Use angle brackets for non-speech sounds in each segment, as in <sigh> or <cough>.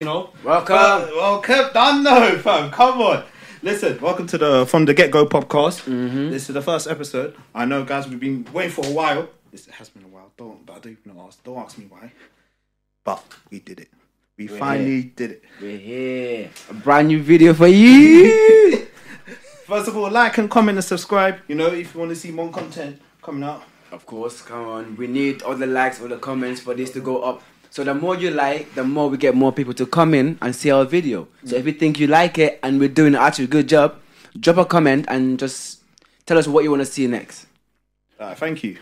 you know. Welcome. But, well, Kev, I know, fam. Come on. Listen, welcome to the From the Get Go podcast. This is the first episode. I know, guys, we've been waiting for a while. This has been a while. Don't, but I don't even ask. Don't ask me why. But we did it. We finally did it. We're here. A brand new video for you. <laughs> <laughs> First of all, like and comment and subscribe. You know, if you want to see more content coming out. of course, come on. We need all the likes, all the comments for this to go up. So the more you like, the more we get more people to come in and see our video. So if you think you like it and we're doing actually a good job, drop a comment and just tell us what you want to see next. Uh, thank you.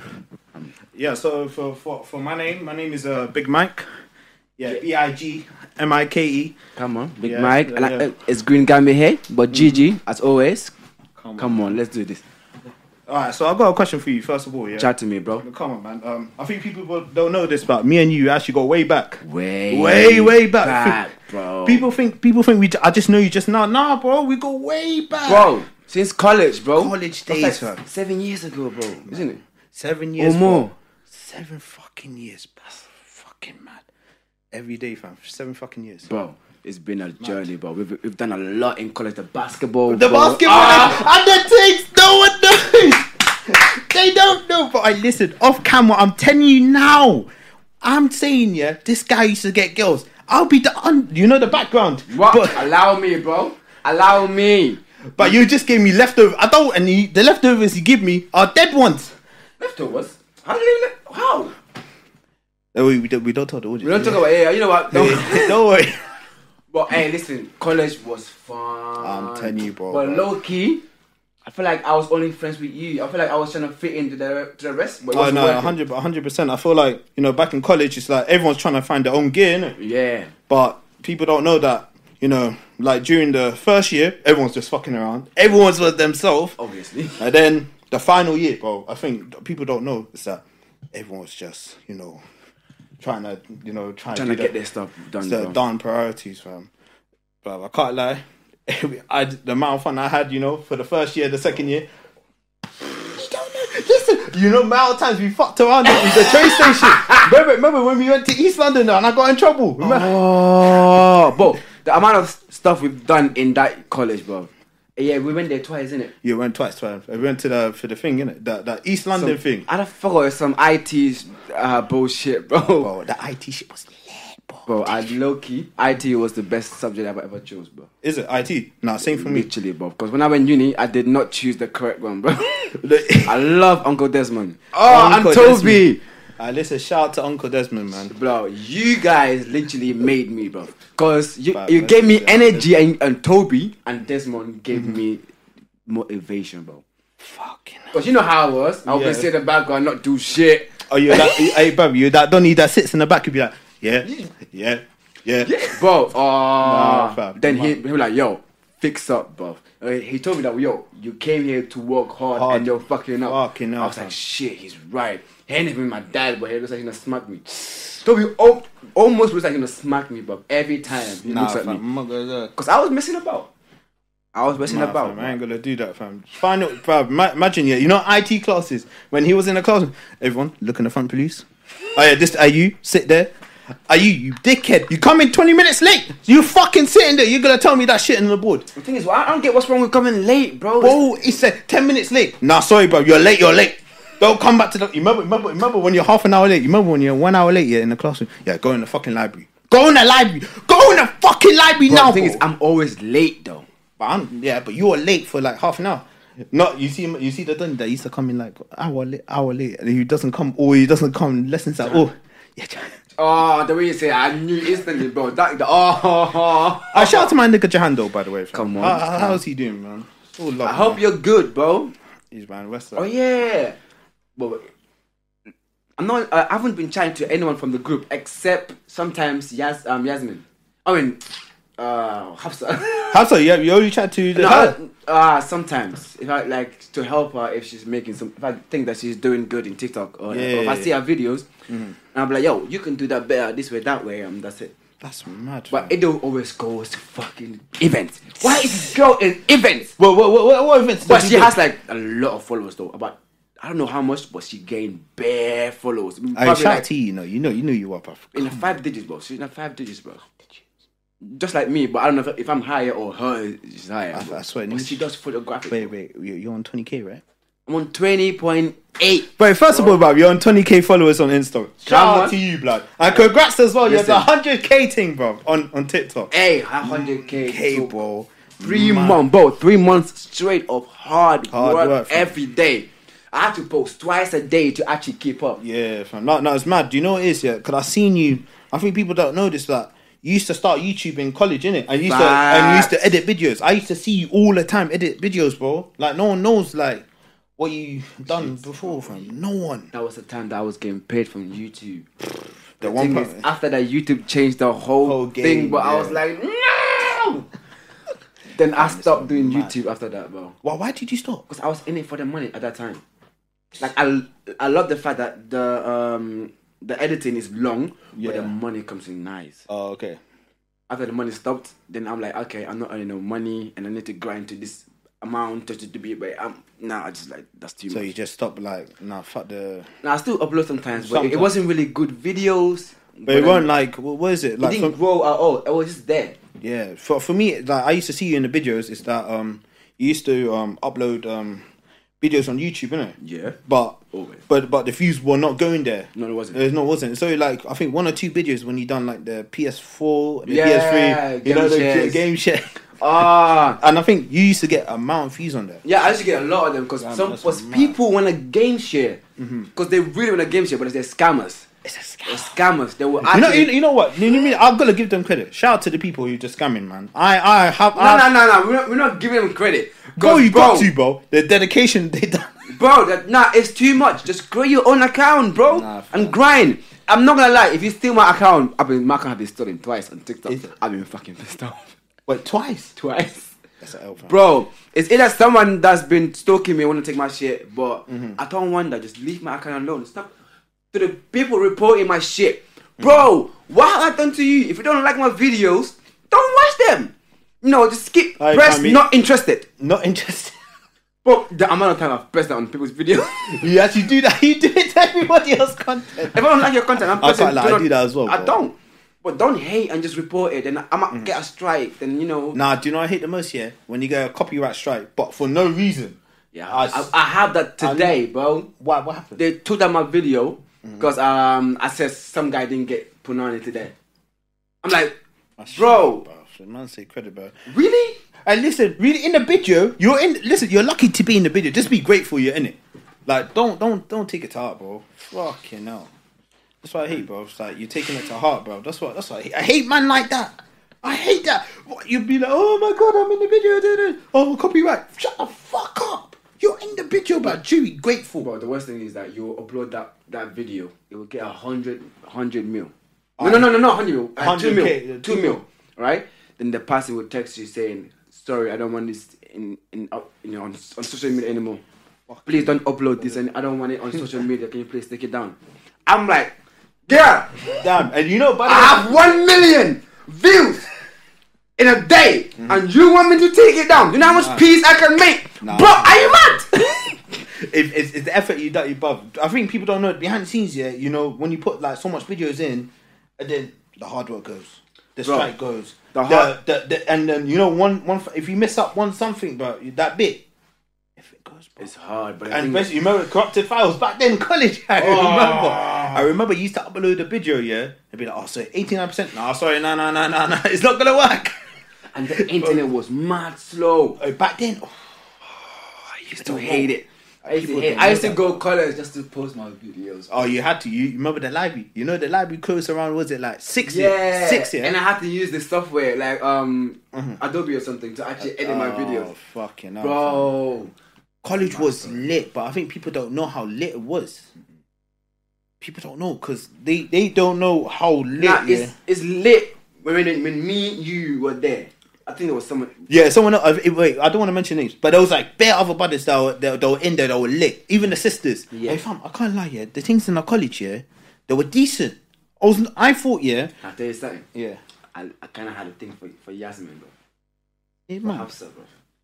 Yeah. So for, for for my name, my name is uh, Big Mike. Yeah, B I G M I K E. Come on, Big Yeah, Mike. yeah, and I- yeah. Mm-hmm. uh, it's Green Gambit here, but Gigi, as always, Come come on, let's do this. All right. So I've got a question for you. First of all, yeah. Chat to me, bro. Come on, man. Um, I think people will- don't know this, but me and you actually go way back. Way, Way, way back. bro. People think people think we. j- I just know you just now. Nah, bro, we go way back, bro, <laughs> since college, bro. College That's days, like fam. seven years ago, bro. Isn't it? Seven years Or more. bro. Seven fucking years, bro. Fucking mad. Every day, fam. Seven fucking years. Bro, it's been a journey, bro. We've, we've done a lot in college. The basketball. The bro. Ah, basketball uh, and the things no one knows. they don't know. But I listen off camera. I'm telling you now. I'm saying yeah, this guy used to get girls. I'll be the un- you know the background. What? But, Allow me, bro. Allow me. but you just gave me leftover. I don't, and you, the leftovers you give me are dead ones. Leftovers? How do you even. How? No, we, we don't, we don't tell the audience. We don't talk about yeah. You know what? No. <laughs> about. don't worry. <laughs> but hey, listen. College was fun. I'm telling you, bro, But bro. low key. I feel like I was only friends with you. I feel like I was trying to fit into the, to the rest. But it Oh wasn't no, working. 100 percent. I feel like you know, back in college, it's like everyone's trying to find their own gear, innit? Yeah. But people don't know that, you know, like during the first year, everyone's just fucking around. Everyone's with themselves. <laughs> Obviously. And then the final year, bro, I think th- people don't know is that everyone's just, you know, trying to, you know, trying, trying do to get that- their stuff done. the bro. darn priorities, fam. But I can't lie. <laughs> I, the amount of fun I had, you know, for the first year, the second year. You don't know. Listen, you know, amount of times we fucked around at the train station. <laughs> remember, remember when we went to East London and I got in trouble? Remember? <laughs> Oh, bro, the amount of s- stuff we've done in that college, bro. Yeah, we went there twice, innit? Yeah, we went twice, fam. We went to the for the thing, innit? That that East London Some- thing. I don't forgot some IT uh, bullshit, bro. Bro, Oh, the IT shit was lit, bro. <laughs> Bro, I low key, IT was the best subject I've ever chose, bro. Is it IT? Nah, same for me. Literally, bro. Because when I went uni, I did not choose the correct one, bro. <laughs> The- <laughs> I love Uncle Desmond. Oh, Uncle Uncle Toby. Ah, listen, shout out to Uncle Desmond, man. Bro, you guys literally made me, bro. Because you, Bad you message, gave me yeah. energy, and, and Toby and Desmond gave Mm-hmm. me motivation, bro. Fucking. Because you know how I was. I would Yeah. sit in the background, not do shit. Oh, you're that, hey, bro, you're that Donny that sits in the back. You'd be like, yeah, yeah, yeah. <laughs> Bro, uh, Nah, fam, then he, he come was like, yo, fix up, bro. Uh, he told me that, yo, you came here to work hard, Hard. and you're fucking up. Fucking I up, was fam. like, shit, he's right. He ain't even my dad, but he looks like he's gonna smack me. Toby al- almost looks like he's gonna smack me, bro. Every time he Nah, looks at fam, me. I'm not gonna look. Because I was messing about. I was messing Nah, about. fam, I ain't gonna do that, fam. Final, bruv, ma- imagine, yeah, you know, IT classes. When he was in the classroom, everyone, look in the front, please. Oh, yeah, this, are you? Sit there. Are you, you dickhead? You come in 20 minutes late. You fucking sitting there. You're gonna tell me that shit on the board. the thing is, well, I don't get what's wrong with coming late, bro. Bro, he said 10 minutes late. Nah, sorry, bro, you're late, you're late. Don't come back to the. You remember, remember, remember when you're half an hour late? You remember when you're one hour late? Yeah, in the classroom. Yeah, go in the fucking library. Go in the library. Go in the fucking library Bro, now. the thing bro. is, I'm always late, though. But I'm yeah, but you were late for like half an hour. Not you see him- you see the done that used to come in like hour late, hour late, and he doesn't come or he doesn't come in lessons at all. Yeah, Jahan. Oh, the way you say it, I knew instantly, bro. That, the, oh, oh, oh. I Uh, shout out to my nigga Jahan though, by the way. fam. Come on, How- how- come how's he doing, man? It's all love. I hope man. you're good, bro. He's man. West Oh yeah. But I'm not. I haven't been chatting to anyone from the group except sometimes Yas, um, Yasmin. I mean, uh, Hafsa. <laughs> How so? Yeah, you only chat to the. no, her? I- uh, sometimes if I like to help her if she's making some, if I think that she's doing good in TikTok or, or if Yeah. I see her videos, and I'll be like, yo, you can do that better this way, that way, and that's it. That's mad. But But Edo always goes to fucking events. Why is this girl in events? what what what what events? But does he she do? has like a lot of followers though. About I don't know how much, but she gained bare followers. Hey, Probably, shout out like, to you, you know, you know, you know you are, bruv. in the five digits, bro. She's in the five digits, bro. just like me, but I don't know if, if I'm higher or her. She's higher. I- I swear, But nigga. she does photographic. Wait, wait, you- you're on 20k, right? I'm on twenty point eight. Wait, first of all, bruv, you're on 20k followers on Insta. Shout out on. to you, blood. And congrats as well. You're at the Listen. 100k thing, bruv, on, on TikTok. Hey, hundred Mm, k. K, bro. Mm. Three months, bro. Three months straight of hard, Hard work, work, fam. every day. I had to post twice a day to actually keep up. Yeah, fam. No, no, it's mad. Do you know what it is? Yeah, because I seen you. I think people don't know this. That you used to start YouTube in college, innit? And you used to and you used to edit videos. I used to see you all the time edit videos, bro. Like no one knows like what you done before, fam. No one. That was the time that I was getting paid from YouTube. The Thing one is, after that, YouTube changed the whole, Whole game, thing, but I yeah. was like, no. then I stopped doing YouTube after that, bro. Why? Why did you stop? because I was in it for the money at that time. Like I, I love the fact that the um the editing is long, but Yeah. the money comes in nice. Oh, okay. After the money stopped, then I'm like, okay, I'm not earning no money, and I need to grind to this amount to, to, to be. But I'm nah, I just like that's too So much. you just stopped, like, nah, fuck the. Now I still upload sometimes, but it Sometimes. wasn't really good videos. But it then weren't like, what was it? it Like, didn't for- grow at all. It was <laughs> just there. yeah. For for me, like, I used to see you in the videos. Is that um, you used to um upload um videos on YouTube, innit? Yeah. But Always. but but the views were not going there. No, it wasn't. There's no wasn't. So like I think one or two videos when you done like the PS4, the Yeah, PS3, you know the game g- shares. game share. <laughs> Ah, And I think you used to get a mount views on there. Yeah, I used to get a lot of them because some that's because mad. people want a game share because Mm-hmm. they really want a game share, but they're scammers. It's a They're scam. scammers. They were You know, you, actually. you know what? You know what I mean? I've got to give them credit. Shout out to the people who just scamming, man. I I have. No, I, no, no, no. We're not, we're not giving them credit. Bro, 'Cause, you bro, got to, bro. The dedication they done. bro. That, nah, it's too much. Just create your own account, bro, Nah, fam. and grind. I'm not gonna lie. If you steal my account, I've been my account have been stolen twice on TikTok. Is it? I've been fucking pissed off <laughs> <laughs> Wait, twice. twice. That's an L, fam. Bro, it's either someone that's been stalking me want to take my shit, but Mm-hmm. I don't want that. Just leave my account alone. Stop to the people reporting my shit. Bro, Mm-hmm. what have I done to you? If you don't like my videos, don't watch them. No, just skip. Aye, press fam, it- not interested. Not interested. <laughs> Bro, the amount of time I've pressed that on people's <laughs> videos. you actually do that. <laughs> You do it to everybody else's content. if I don't like your content, I'm I pressing. can't lie, I not- do that as well, I bro. Mm. don't. But don't hate and just report it, and I might get a strike. Then you know. Nah, do you know what I hate the most? Yeah, when you get a copyright strike, but for no reason. Yeah, I I, s- I have that I- today, bro. Why? What happened? they took down my video Mm. because um I said some guy didn't get put on it today. I'm like, bro, The man say credit, bro. really? And listen, really in the video, you're in. Listen, you're lucky to be in the video. Just be grateful you're in it. Like, don't, don't, don't take it to heart, bro. Fucking hell. That's what I hate, bro. It's like you're taking it to heart, bro. That's what. That's what I hate. I hate man like that. I hate that. What, you'd be like, oh my god, I'm in the video. da, da. Oh, copyright. Shut the fuck up. You're in the video, bro. Do be grateful. Bro, the worst thing is that you upload that that video, it will get a hundred hundred mil. No, no, no, no, no, hundred mil, uh, two 100K, mil, yeah, two two mil, right? Then the person will text you saying, "Sorry, I don't want this in in up, you know on, on social media anymore. Please don't upload this, and I don't want it on social media. Can you please take it down?" I'm like, "Yeah." Damn. And you know, by the I way- have one million views in a day, and you want me to take it down. You know how much peace I can make, Nah. bro? Are you mad? <laughs> If it's, it's the effort you that you above. I think people don't know behind the scenes. Yeah, you know when you put like so much videos in, and then the hard work goes, the Bro, strike goes, the the, hard- the, the, and then you know one one if you miss up one something, bro, that bit, if it goes, bro. it's hard, but And basically, you remember corrupted files back then, in college. <laughs> I Oh. remember. I remember you used to upload a video, yeah, and be like, "Oh, so eighty nine percent." Nah, <laughs> sorry, no, no, no, no, no. It's not gonna work. and the internet was mad slow. Oh, back then, oh, <sighs> I used to hate it. I used to, People hate. don't I used know to go college just to post my videos. oh, you had to. You, you remember the library? You know the library closed around. Was it like six? Yeah, six. Yeah, Mm-hmm. and I had to use the software like um Adobe or something to actually edit my Oh, videos, Fucking hell, fam. bro. College was lit, but I think people don't know how lit it was. People don't know because they, they don't know how lit. Nah, yeah. it's it's lit when when when me you were there. I think there was someone. yeah, someone else. I- Wait, I don't want to mention names, but there was like bare other brothers that were, that, that were in there that were lit. Even the sisters. Yeah. Hey, fam, I can't lie. Yeah, the things in our college, yeah, they were decent. I was I thought, yeah, I tell you something. yeah. I, I kind of had a thing for for Yasmin, bro. Hey, man. Hafsa, bro.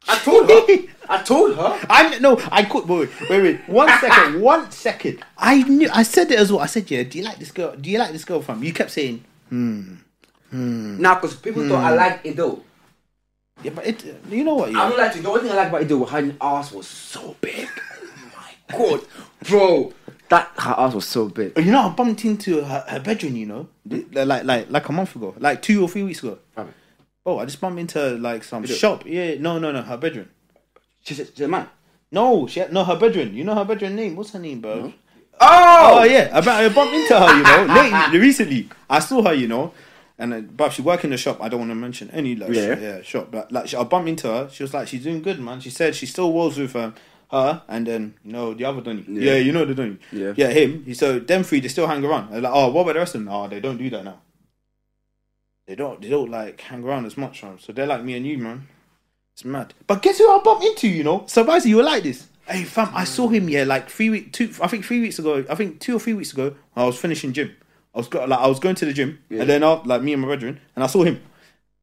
I told <laughs> her. I told her. I'm no, I could wait, wait, wait, wait. <laughs> One second, one second. I knew I said it as well. I said, Yeah, do you like this girl? Do you like this girl from? You kept saying, Hmm, Now, because people thought I liked Ido. Yeah, but it, you know what? I Yeah. don't like to. The only thing I like about Ido was her ass was so big. Oh my god, bro, that her ass was so big. You know, I bumped into her, her bedroom. You know, like like like a month ago, like two or three weeks ago. Oh, I just bumped into like some shop. Yeah, no, no, no, her bedroom. She's a, she's a man. No, she had, no her bedroom. You know her bedroom name. What's her name, bro? Oh, Oh yeah, I, bu- I bumped into her, you <laughs> know, lately, recently. I saw her, you know, and uh, but she worked in the shop. I don't want to mention any like yeah, Yeah. yeah shop, but like she, I bumped into her. She was like, she's doing good, man. She said she still was with um, her, and then you know the other Donny. Yeah. Yeah. you know the Donny. Yeah. yeah, him. He- So them three, they still hang around. They're like, oh, what about the rest of them? Oh, they don't do that now. They don't. They don't like hang around as much, man. So they're like me and you, man. It's mad. But guess who I bumped into, you know? Surprisingly, you were like this. Hey, fam, I saw him, yeah, like three week, two, I think three weeks ago, I think two or three weeks ago, I was finishing gym. I was, go- like, I was going to the gym, Yeah. and then, I, like, me and my brethren, and I saw him.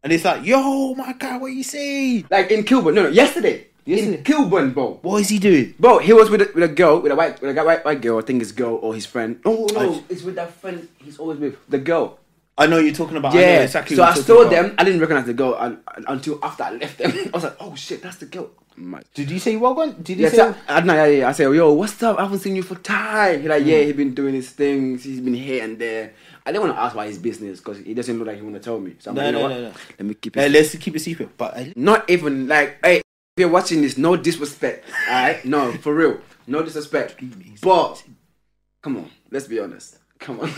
And it's like, yo, my God, what you see? like in Kilburn. No, no, yesterday. Yesterday. In Kilburn, bro. What is he doing? Bro, he was with a, with a girl, with a white, with a guy- white, white girl. I think his girl or his friend. Oh no, I- it's with that friend. He's always with the girl. I know you're talking about. I Yeah. know exactly so what I you're saw talking about. them. I didn't recognize the girl un- un- until after I left them. <laughs> I was like, oh shit, that's the girl. My Did you say well gone? Did you Yeah, say? so I, I, no, yeah, yeah. I say, yo, what's up? I haven't seen you for time. He like, Mm. yeah, he been doing his things. He's been here and there. I didn't want to ask about his business because he doesn't look like he want to tell me. So I'm No, like, you no, know what? no, no. Let me keep it. Hey, let's keep it secret. But I, Not even like, hey, if you're watching this, no disrespect. All right, no, for real, no disrespect. But come on, let's be honest. Come <laughs> on,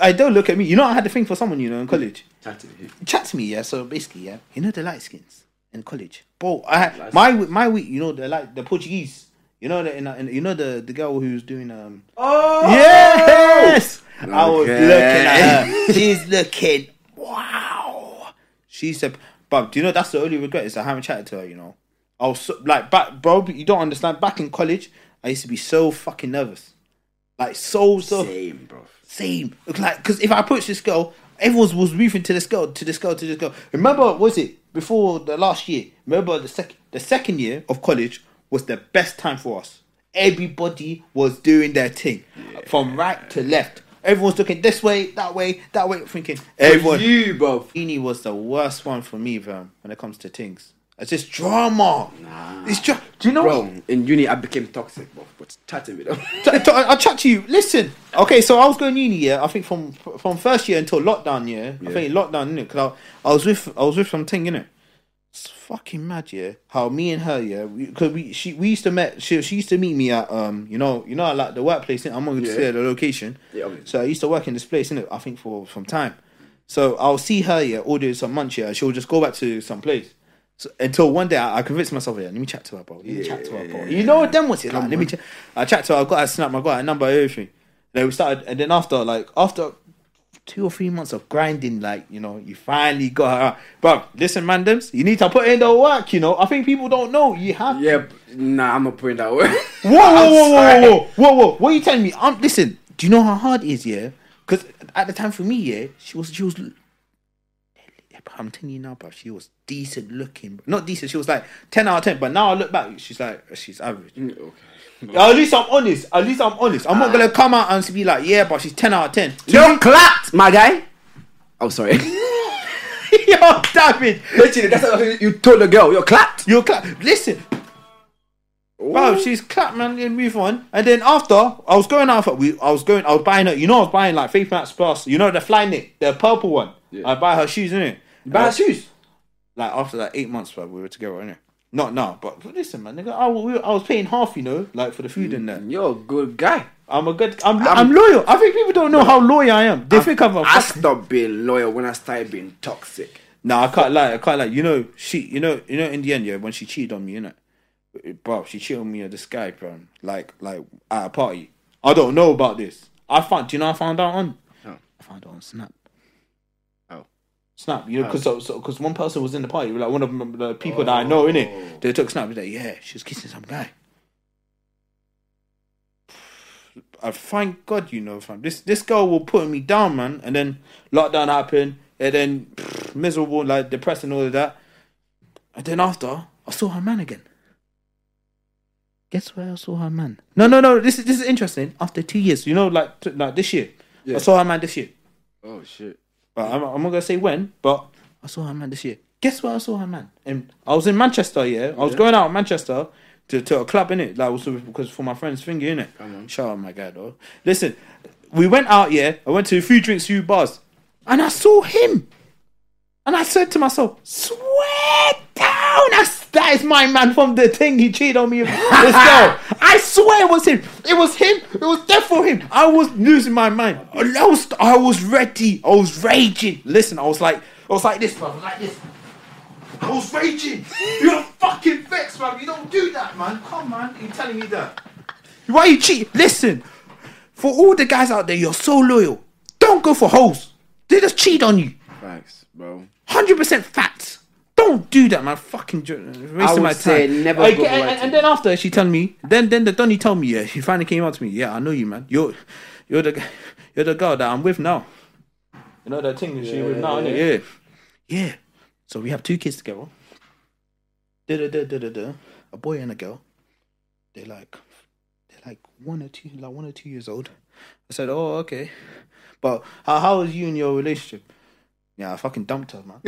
I don't look at me. You know, I had a thing for someone, you know, in college. chat to me. chat to me, yeah. So basically, yeah, you know the light skins in college, bro. I had, my we- my week, you know, the like the Portuguese, you know, the, in, in, you know the the girl who's doing um. Oh Yes, I was Okay. looking at her. She's looking. Wow. She said, "But do you know that's the only regret is I haven't chatted to her. You know, I was so, like back, bro. You don't understand. Back in college, I used to be so fucking nervous, like so so same, bro. same. Look Like, because if I approach this girl, everyone was moving to this girl, to this girl, to this girl. Remember, what was it before the last year? Remember the second, the second year of college was the best time for us. Everybody was doing their thing, from right to left. Everyone's looking this way, that way, that way, thinking. Everyone. you, bro. Uni was the worst one for me, bro. When it comes to things, it's just drama. It's just. Do you know? what- Bro, in uni I became toxic, bro. But chatting with them. T- t- I'll chat to you. Listen, okay. So I was going uni year. I think from from first year until lockdown year. I Yeah. think lockdown innit? Cause I, I was with I was with something innit. It's fucking mad, yeah. How me and her, yeah, because we, she we used to met she, she used to meet me at um you know you know like the workplace. innit? I'm not going to Yeah. say the location. Yeah, obviously. So I used to work in this place, innit? I think for some time. So I'll see her, yeah, order some munch, yeah, and she'll just go back to some place. So, until one day I, I convinced myself, yeah, let me chat to her, bro. Let me chat to her, bro. You know what them was it? Like, let me chat. I chat to her, I got her snap, I got her number, everything. Then we started, and then after, like, after two or three months of grinding, like, you know, you finally got her out. But listen, randoms, you need to put in the work, you know. I think people don't know you have yeah, but- nah, I'm not putting that word. Whoa, whoa, whoa, whoa, whoa, whoa, whoa, whoa! What are you telling me? Um, listen. Do you know how hard it is? Yeah, because at the time for me, yeah, she was, she was. I'm telling you now, bro. She was decent looking, not decent. She was like ten out of ten. But now I look back, she's like she's average. Mm. Okay. At least I'm honest. At least I'm honest. I'm not gonna come out and be like, yeah, but she's ten out of ten. <laughs> You clapped, my guy. Oh, sorry. Yo, David, <laughs> Literally, that's what you told the girl. You're clapped. you're clap. Listen, Bro, she's clapped, man, and move on. And then after, I was going out for we, I was going, I was buying her. You know, I was buying like Faith Max Plus. You know, the fly knit, the purple one. Yeah. I buy her shoes, innit? Bad Like, shoes. like after like eight months, bro, we were together, innit? Not now, but listen, man, nigga, I, wa- we, I was paying half, you know, like for the food and that. You're a good guy. I'm a good, I'm, Mm. I'm, loyal. I think people don't know how loyal I am. They think I'm a I Oh, fuck. stopped being loyal when I started being toxic. No, I can't lie. I can't lie. You know, she, you know, you know, in the end, yeah, when she cheated on me, you know, bro, she cheated on me at this guy, bro, like, like at a party. I don't know about this. I found, do you know, I found out on, Oh. I found out on Snap. Oh. Snap, you know, because because one person was in the party, like one of them- the people that I know, Oh. innit? They took Snap. They're like, yeah, she was kissing some guy. I thank God, you know, fam. This this girl will put me down, man. And then lockdown happened, and then pff, miserable, like depressed and all of that. And then after, I saw her man again. Guess where I saw her man? No, no, no. This is this is interesting. After two years, you know, like t- like this year, Yeah. I saw her man this year. Oh shit. But I'm, I'm not gonna say when. But I saw Iron Man this year. Guess where I saw Iron Man? And I was in Manchester. Yeah, I was going out in Manchester to, to a club in it. Like also because for my friend's finger in it. Shout out my guy though. Listen, we went out. Yeah, I went to a few drinks, few bars, and I saw him. And I said to myself, swear down, that's, that is my man from the thing he cheated on me with this girl. I swear it was him. It was him. It was death for him. I was losing my mind. I was, I was ready. I was raging. Listen, I was like, I was like this, bro. I was like this. I was raging. You're a fucking vexed, man. You don't do that, man. Come, man. You're telling me that. Why you cheat? Listen, for all the guys out there, you're so loyal. Don't go for hoes. They just cheat on you. Facts, <laughs> bro. Hundred percent facts. Don't do that, man. Fucking ju- wasting would my say time. never Okay, go and, right and then after she told me, then then the Donny told me, yeah, she finally came out to me. Yeah, I know you, man. You're you're the g- you're the girl that I'm with now. You know that thing that she with now, innit? yeah, yeah. So we have two kids together. Da da da da da da. A boy and a girl. They're like they're like one or two, like one or two years old. I said, oh okay. But how how is you in your relationship? Yeah, I fucking dumped her, man.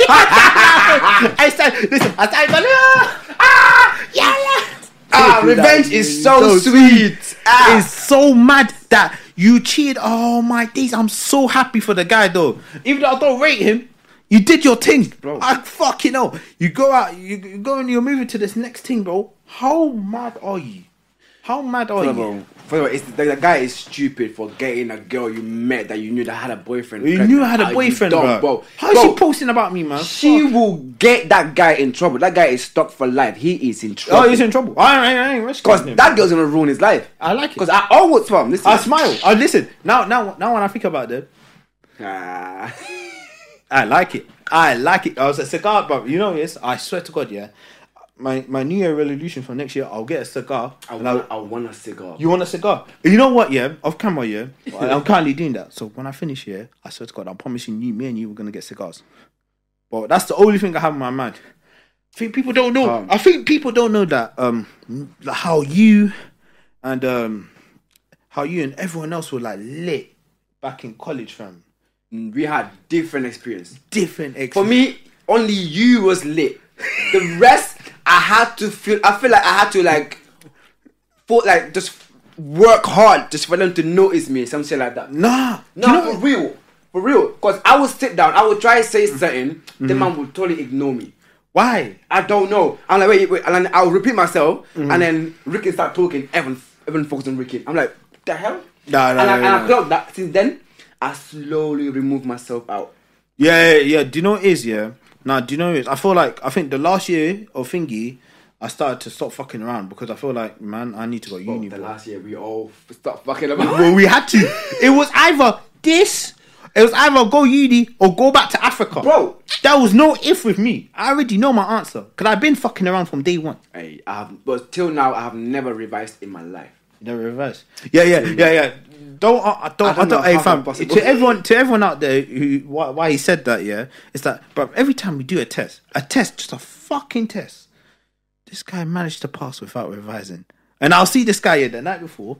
<laughs> I said, listen, I said, ah, ah, yeah, yeah. Ah, revenge is so, sweet. Ah. It's so mad that you cheated. Oh my days, I'm so happy for the guy though. Even though I don't rate him, you did your thing, bro. I fucking know. You go out, you, you go and you're moving to this next thing, bro. How mad are you? How mad are First of you? all, first of all, it's, the, the guy is stupid for getting a girl you met that you knew that had a boyfriend. Ah, You pregnant. knew I had Are a you boyfriend, dumb, bro. bro. How is Bro, she posting about me, man? She will get that guy in trouble. That guy is stuck for life. He is in trouble. Oh, he's in trouble. I ain't, I ain't Because rescuing him. that girl's gonna ruin his life. I like it. Because I always fam. Listen, I smile. I listen. Now, now, now, when I think about it, Ah. I like it. I like it. I was a cigar, but you know this. I swear to God, yeah. My my New Year resolution for next year, I'll get a cigar. I and I'll- want, I want a cigar. you want a cigar? You know what? Yeah, off camera, <laughs> yeah. I'm currently doing that. So when I finish here, I swear to God, I'm promising you, me and you, we're gonna get cigars. But that's the only thing I have in my mind. I think people don't know. Um. I think people don't know that um like how you and um how you and everyone else were like lit back in college, fam. we had different experience. Different ex- For me, only you was lit. The rest, I had to feel. I feel like I had to like, for like just work hard just for them to notice me. Some shit like that. Nah, No, Do you know- for real, for real. Cause I would sit down, I would try to Mm. say something, the man would totally ignore me. why? I don't know. I'm like, wait, wait, and then I'll repeat myself, Mm. and then Ricky start talking. Everyone, everyone focused on Ricky. I'm like, the hell? Nah, nah, and I, nah, and I nah. clocked that. Since then, I slowly remove myself out. Yeah, yeah, yeah. Do you know what it is? Yeah. Now, do you know what it is? I feel like I think the last year of Thingy, I started to stop fucking around because I feel like, man, I need to go to uni. The bro. last year, we all f- stopped fucking about. well, we had to. It was either this. It was either go uni or go back to Africa, Bro. There was no if with me. I already know my answer because I've been fucking around from day one. <laughs> hey, I have, but till now, I have never revised in my life. The reverse. Yeah, yeah, yeah, yeah. Don't, uh, I don't, I don't I know don't, hey, how fam. that's possible. To everyone, to everyone out there who why, why he said that, yeah, it's that. But every time we do a test, a test, just a fucking test, this guy managed to pass without revising. And I'll see this guy here the night <laughs> before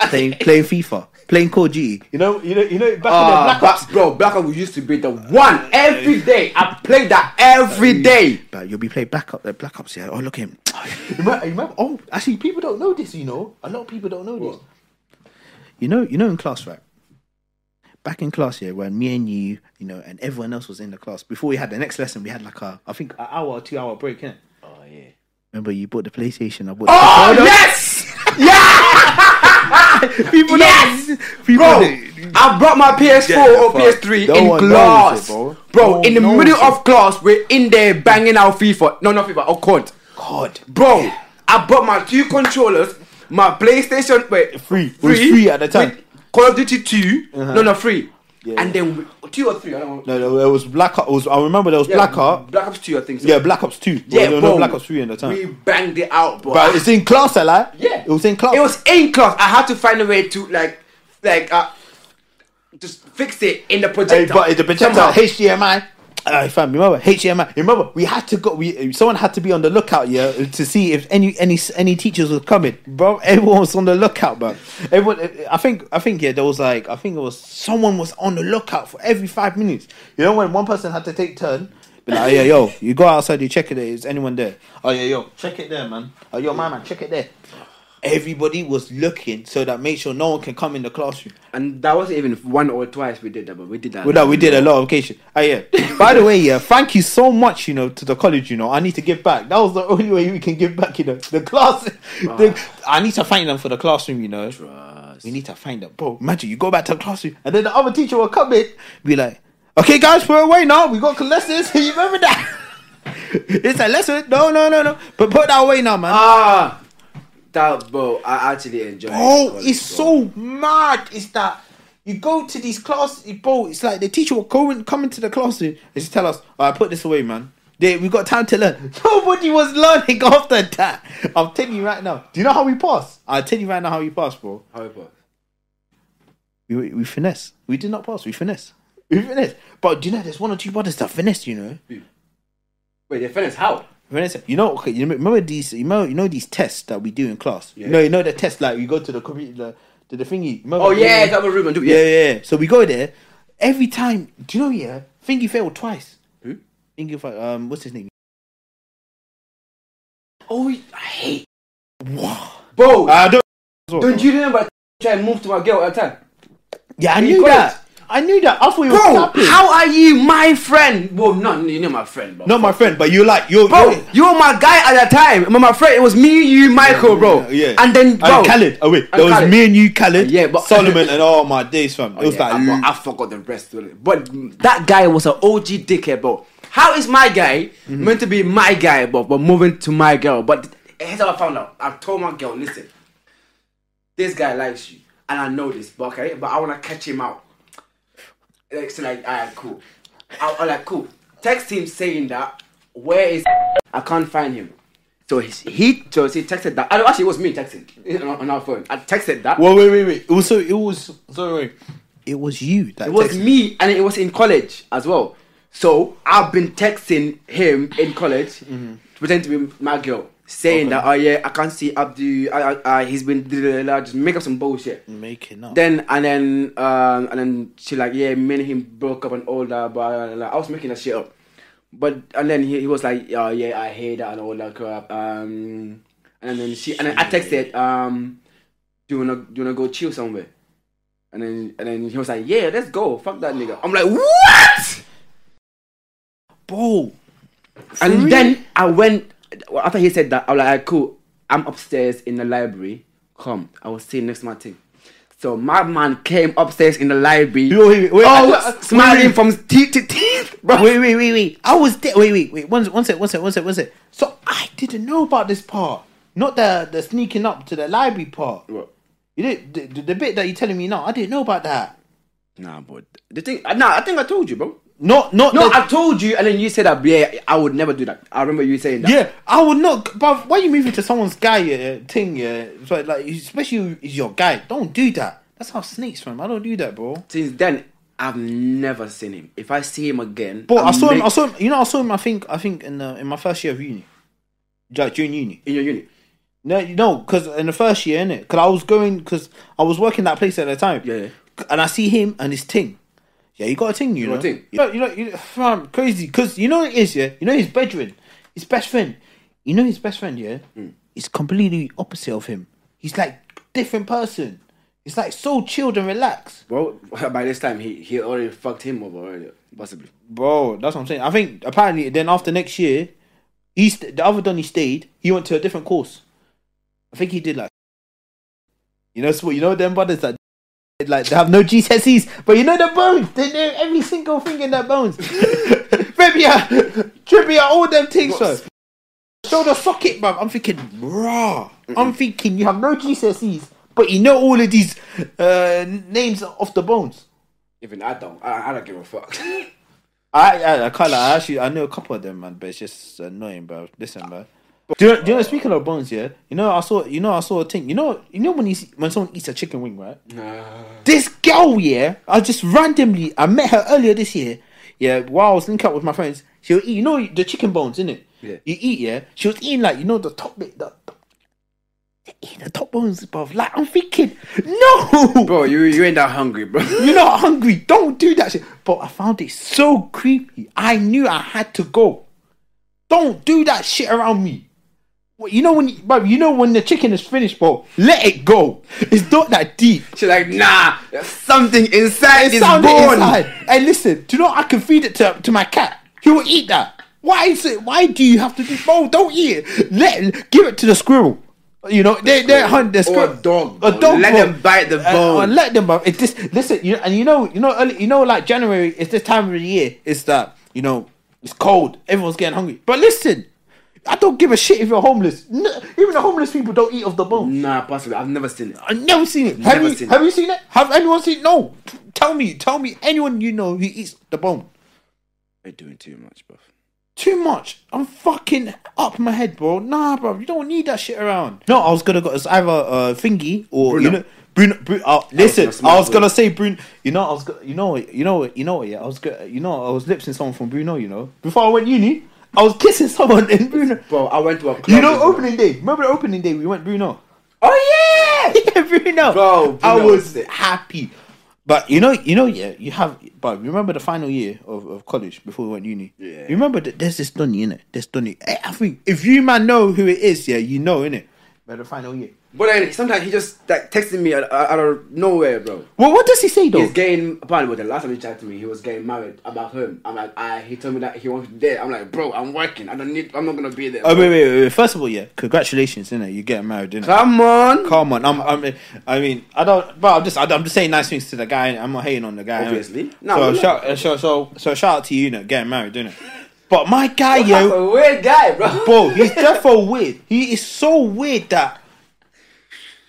playing playing FIFA, playing Call of Duty. You know, you know, you know. Back Ah, in the Black Ops, Black- bro, Black Ops used to be the one every day. I played that every day. But you'll be playing Black Ops, like Black Ops, yeah. Oh, look at him. <laughs> You remember, you remember- oh, actually, people don't know this, you know. A lot of people don't know this. You know, you know, in class, right? Back in class, yeah, when me and you, you know, and everyone else was in the class, before we had the next lesson, we had like a, I think, an hour or two hour break, innit? Oh yeah. Remember, you bought the PlayStation, I bought Oh the yes, yeah, Controller. People yes, don't- people bro. don't- I brought my PS4 or fuck. PS3 No in one knows class, it, bro. bro. No one in the knows middle it. of class, we're in there banging out FIFA. No, not FIFA. Oh, COD, God. bro. I brought my two controllers, my PlayStation. Wait, Free. It was free at the time. Uh-huh. with Call of Duty 2 No, no, free. Yeah. And then we- two or three. I don't know. No, no, it was Black Ops. it was- I remember there was Black Ops. Black Ops Two, I think. So. Yeah, Black Ops 2. yeah, no, no, bro. Black Ops 3 in the time. We banged it out, bro. But it's in class, I like. Yeah, It was in class. It was in class. I had to find a way to like, like, uh, just fix it in the Hey, projector. but the projector Somehow. HDMI. Uh, fam, remember HMI. Remember, we had to go. We someone had to be on the lookout, yeah, to see if any any any teachers were coming, bro. Everyone was on the lookout, bro. Everyone, I think, I think, yeah, there was like, I think it was someone was on the lookout for every five minutes. You know, when one person had to take turn, be like, oh yeah, yo, you go outside, you check it. There, is anyone there? Oh yeah, yo, check it there, man. Oh yo, man, man, check it there. Everybody was looking so that make sure no one can come in the classroom. And that wasn't even one or twice we did that, but we did that. Well, no, we did a lot of occasion. Oh yeah. By the way, yeah, thank you so much, you know, to the college. You know, I need to give back. That was the only way we can give back. You know, the class. The, I need to thank them for the classroom. You know, Trust. we need to find them, bro. Imagine you go back to the classroom, and then the other teacher will come in, be like, "Okay, guys, we're away now. We got lessons. <laughs> you remember that? it's a lesson. No, no, no, no. But put that away now, man. Ah, that bro, I actually enjoy. Oh, college, it's bro. so mad. It's that you go to these classes, bro. It's like the teacher will go and come into the classroom and just tell us, "I put this away, man. They, we got time to learn." <laughs> Nobody was learning after that. I'm telling you right now. Do you know how we pass? I tell you right now how we pass, bro. However, We we finesse. We did not pass. We finesse. We finesse. But do you know there's one or two brothers that finesse? You know. hmm. wait, the fairness Oh, how? Vanessa, you know, okay, you remember these, you know, you know these tests that we do in class. Yeah. You know, you know the test like you go to the computer, the, the thingy. remember- Oh yeah, that was Ruben. Do yeah, yeah, yeah. So we go there. Every time, do you know? Yeah, Thingy failed twice. Who? Thingy, fa- um, what's his name? Oh, I hate. Wow. Bro, I don't. don't you remember? Try and move to my girl at the time. Yeah, I in knew college? that. I knew that. I thought you were Bro, clapping. how are you, my friend? Bro, no, you know my friend, bro. Not my friend, but you like you're. Bro, you're- you were my guy at that time. My, my friend, it was me, you, Michael, bro. Yeah, And then, bro. and Khaled. Oh, Oh wait, And there was Khaled. me and you, Khaled. Yeah, but- Solomon <laughs> and all my days, fam. It was Yeah, like "Mm." I, I forgot the rest of it. But that guy was an OG dickhead, bro. How is my guy Mm-hmm. meant to be my guy, bro, but moving to my girl? But here's how I found out. I told my girl, listen, this guy likes you, and I know this, but okay, but I wanna catch him out. Like, so like, alright, cool. I, I like, cool. Text him saying that where is I can't find him. So he, he so he texted that. Oh, Actually, it was me texting <laughs> on, on our phone. I texted that. Well, wait, wait, wait. It was so. It was sorry. It was you that. It was texted- me, and it was in college as well. So I've been texting him in college, to pretend to be my girl, saying that, oh yeah, I can't see Abdu, I, I, I, he's been da- da- da- da," just make up some bullshit. making up. Then and then um, and then she like, yeah, me and him broke up and all that. But I was making that shit up. But and then he, he was like, oh yeah, I hate that and all that crap. Um, and then she and then I texted, um, do you wanna do you wanna go chill somewhere? And then and then he was like, yeah, let's go. Fuck that nigga. I'm like, what? Bro, And Really? then I went well, after he said that. I was like, "Alright, cool. I'm upstairs in the library. Come, I will see you next morning. So my man came upstairs in the library. Yo, wait, wait, wait, all I- I- wait, smiling wait. from teeth to teeth, bro. Wait, wait, wait, wait. I was there. Wait, wait, wait. One, one sec, one sec, one sec, one sec. So I didn't know about this part. Not the the sneaking up to the library part. What? You did the, the, the bit that you're telling me now. I didn't know about that. Nah, bro. The thing, uh, nah, I think I told you, bro. Not, not. No, the- I told you, and then you said that. Yeah, I would never do that. I remember you saying that. yeah, I would not. But why you moving to someone's guy yeah, thing? Yeah, so like especially is your guy. Don't do that. That's how snakes, fam. I don't do that, bro. Since then, I've never seen him. If I see him again, But I I'm saw him. make- I saw him. You know, I saw him. I think. I think in the, in my first year of uni, like during uni. in your unit. No, you know, because in the first year, innit? Because I was going, because I was working that place at the time. Yeah. And I see him and his ting. Yeah, you got a ting, you got know. a ting? You know, you know, you fam, crazy. Because you know what it is, yeah? You know his bedroom, his best friend. You know his best friend, yeah? Hmm. It's completely opposite of him. He's like different person. He's like so chilled and relaxed. Well, <laughs> by this time he he already fucked him over already, <laughs> possibly. Bro, that's what I'm saying. I think apparently then after next year, he st- the other Donny stayed. He went to a different course. I think he did like, you know, so, you know them brothers that did, like they have no GCSEs, but you know the bones. They know every single thing in their bones. Trivia, trivia, all them things. Bro. Shoulder socket, bruv. I'm thinking, raw. I'm thinking you have no GCSEs, but you know all of these uh, names off the bones. Even I don't. I, I don't give a fuck. <laughs> I, I I can't lie. I actually I know a couple of them, man, but it's just annoying, bro. Listen, bro. Do you, do you know? Speaking of bones, yeah. You know, I saw. You know, I saw a thing. You know, you know when you see, when someone eats a chicken wing, right? nah. This girl, yeah. I just randomly I met her earlier this year. yeah, while I was linking up with my friends, she'll eat, you know, the chicken bones, innit? Yeah. You eat, yeah? She was eating, like, you know, the top bit, the, the, eating the top bones, bruv. Like, I'm thinking, no! Bro, you you ain't that hungry, bro. <laughs> You're not hungry. Don't do that shit. But I found it so creepy. I knew I had to go. Don't do that shit around me. Well, you know when, you- bruv, you know when the chicken is finished, bro. Let it go. It's not that deep. She's like, nah, there's something inside It this sounded bone. inside. Hey, listen. Do you know I can feed it to, to my cat? He will eat that. Why is it? Why do you have to do? No, don't eat it. Let give it to the squirrel. You know they they hunt the Or a squirrel. dog, A bro. dog. Let bro. them bite the Uh, bone. uh, let them. bro. It's this. Listen. You and you know you know early, you know like January is this time of the year. It's that you know it's cold. Everyone's getting hungry. But listen. I don't give a shit if you're homeless. No, even the homeless people don't eat of the bone. Nah, possibly. I've never seen it. I've never seen it. Have Never you? seen have you seen it? Have anyone seen? No. T- Tell me. Tell me. Anyone you know who eats the bone? You're doing too much, bro. Too much. I'm fucking up my head, bro. Nah, bro. You don't need that shit around. No, I was gonna go. It's either uh, thingy or Bruno. you know. Bruno, Bruno, uh, listen. I gonna was, smack Bruno. gonna say Bruno. You know, I was. Go- you know, you know, you know. Yeah, I was. Go- you know, I was lipsing someone from Bruno. You know, before I went uni, I was kissing <laughs> someone in Bruno. Bro, I went to a club. You know, with- opening day. Remember the opening day? We went Bruno. Oh yeah. <laughs> yeah, Bruno. Bro, I was Bruno was sick. happy. But you know, you know, yeah, you have. But remember the final year of, of college before we went uni. Yeah. You remember that there's this Donny in it. There's Donny. I I think if you man know who it is, yeah, you know in it. By the final year. But then sometimes he just like texting me out, out of nowhere, bro. Well, what does he say though? He's getting apparently well, the last time he chatted to me, he was getting married about him. I'm like, I he told me that he wants to date. I'm like, bro, I'm working. I don't need I'm not gonna be there. Oh bro." wait, wait, wait, wait. First of all, yeah, congratulations, innit? You're getting married, innit? Come on. Come on, I'm, I'm, I mean, I don't, but I'm just, I'm just saying nice things to the guy. I'm not hating on the guy. innit? Obviously. No, so, we're not. shout, uh, so, so, so, shout out to you, you know, getting married, innit? But my guy, That's yo, a weird guy, bro. bro, he's therefore weird. He is so weird that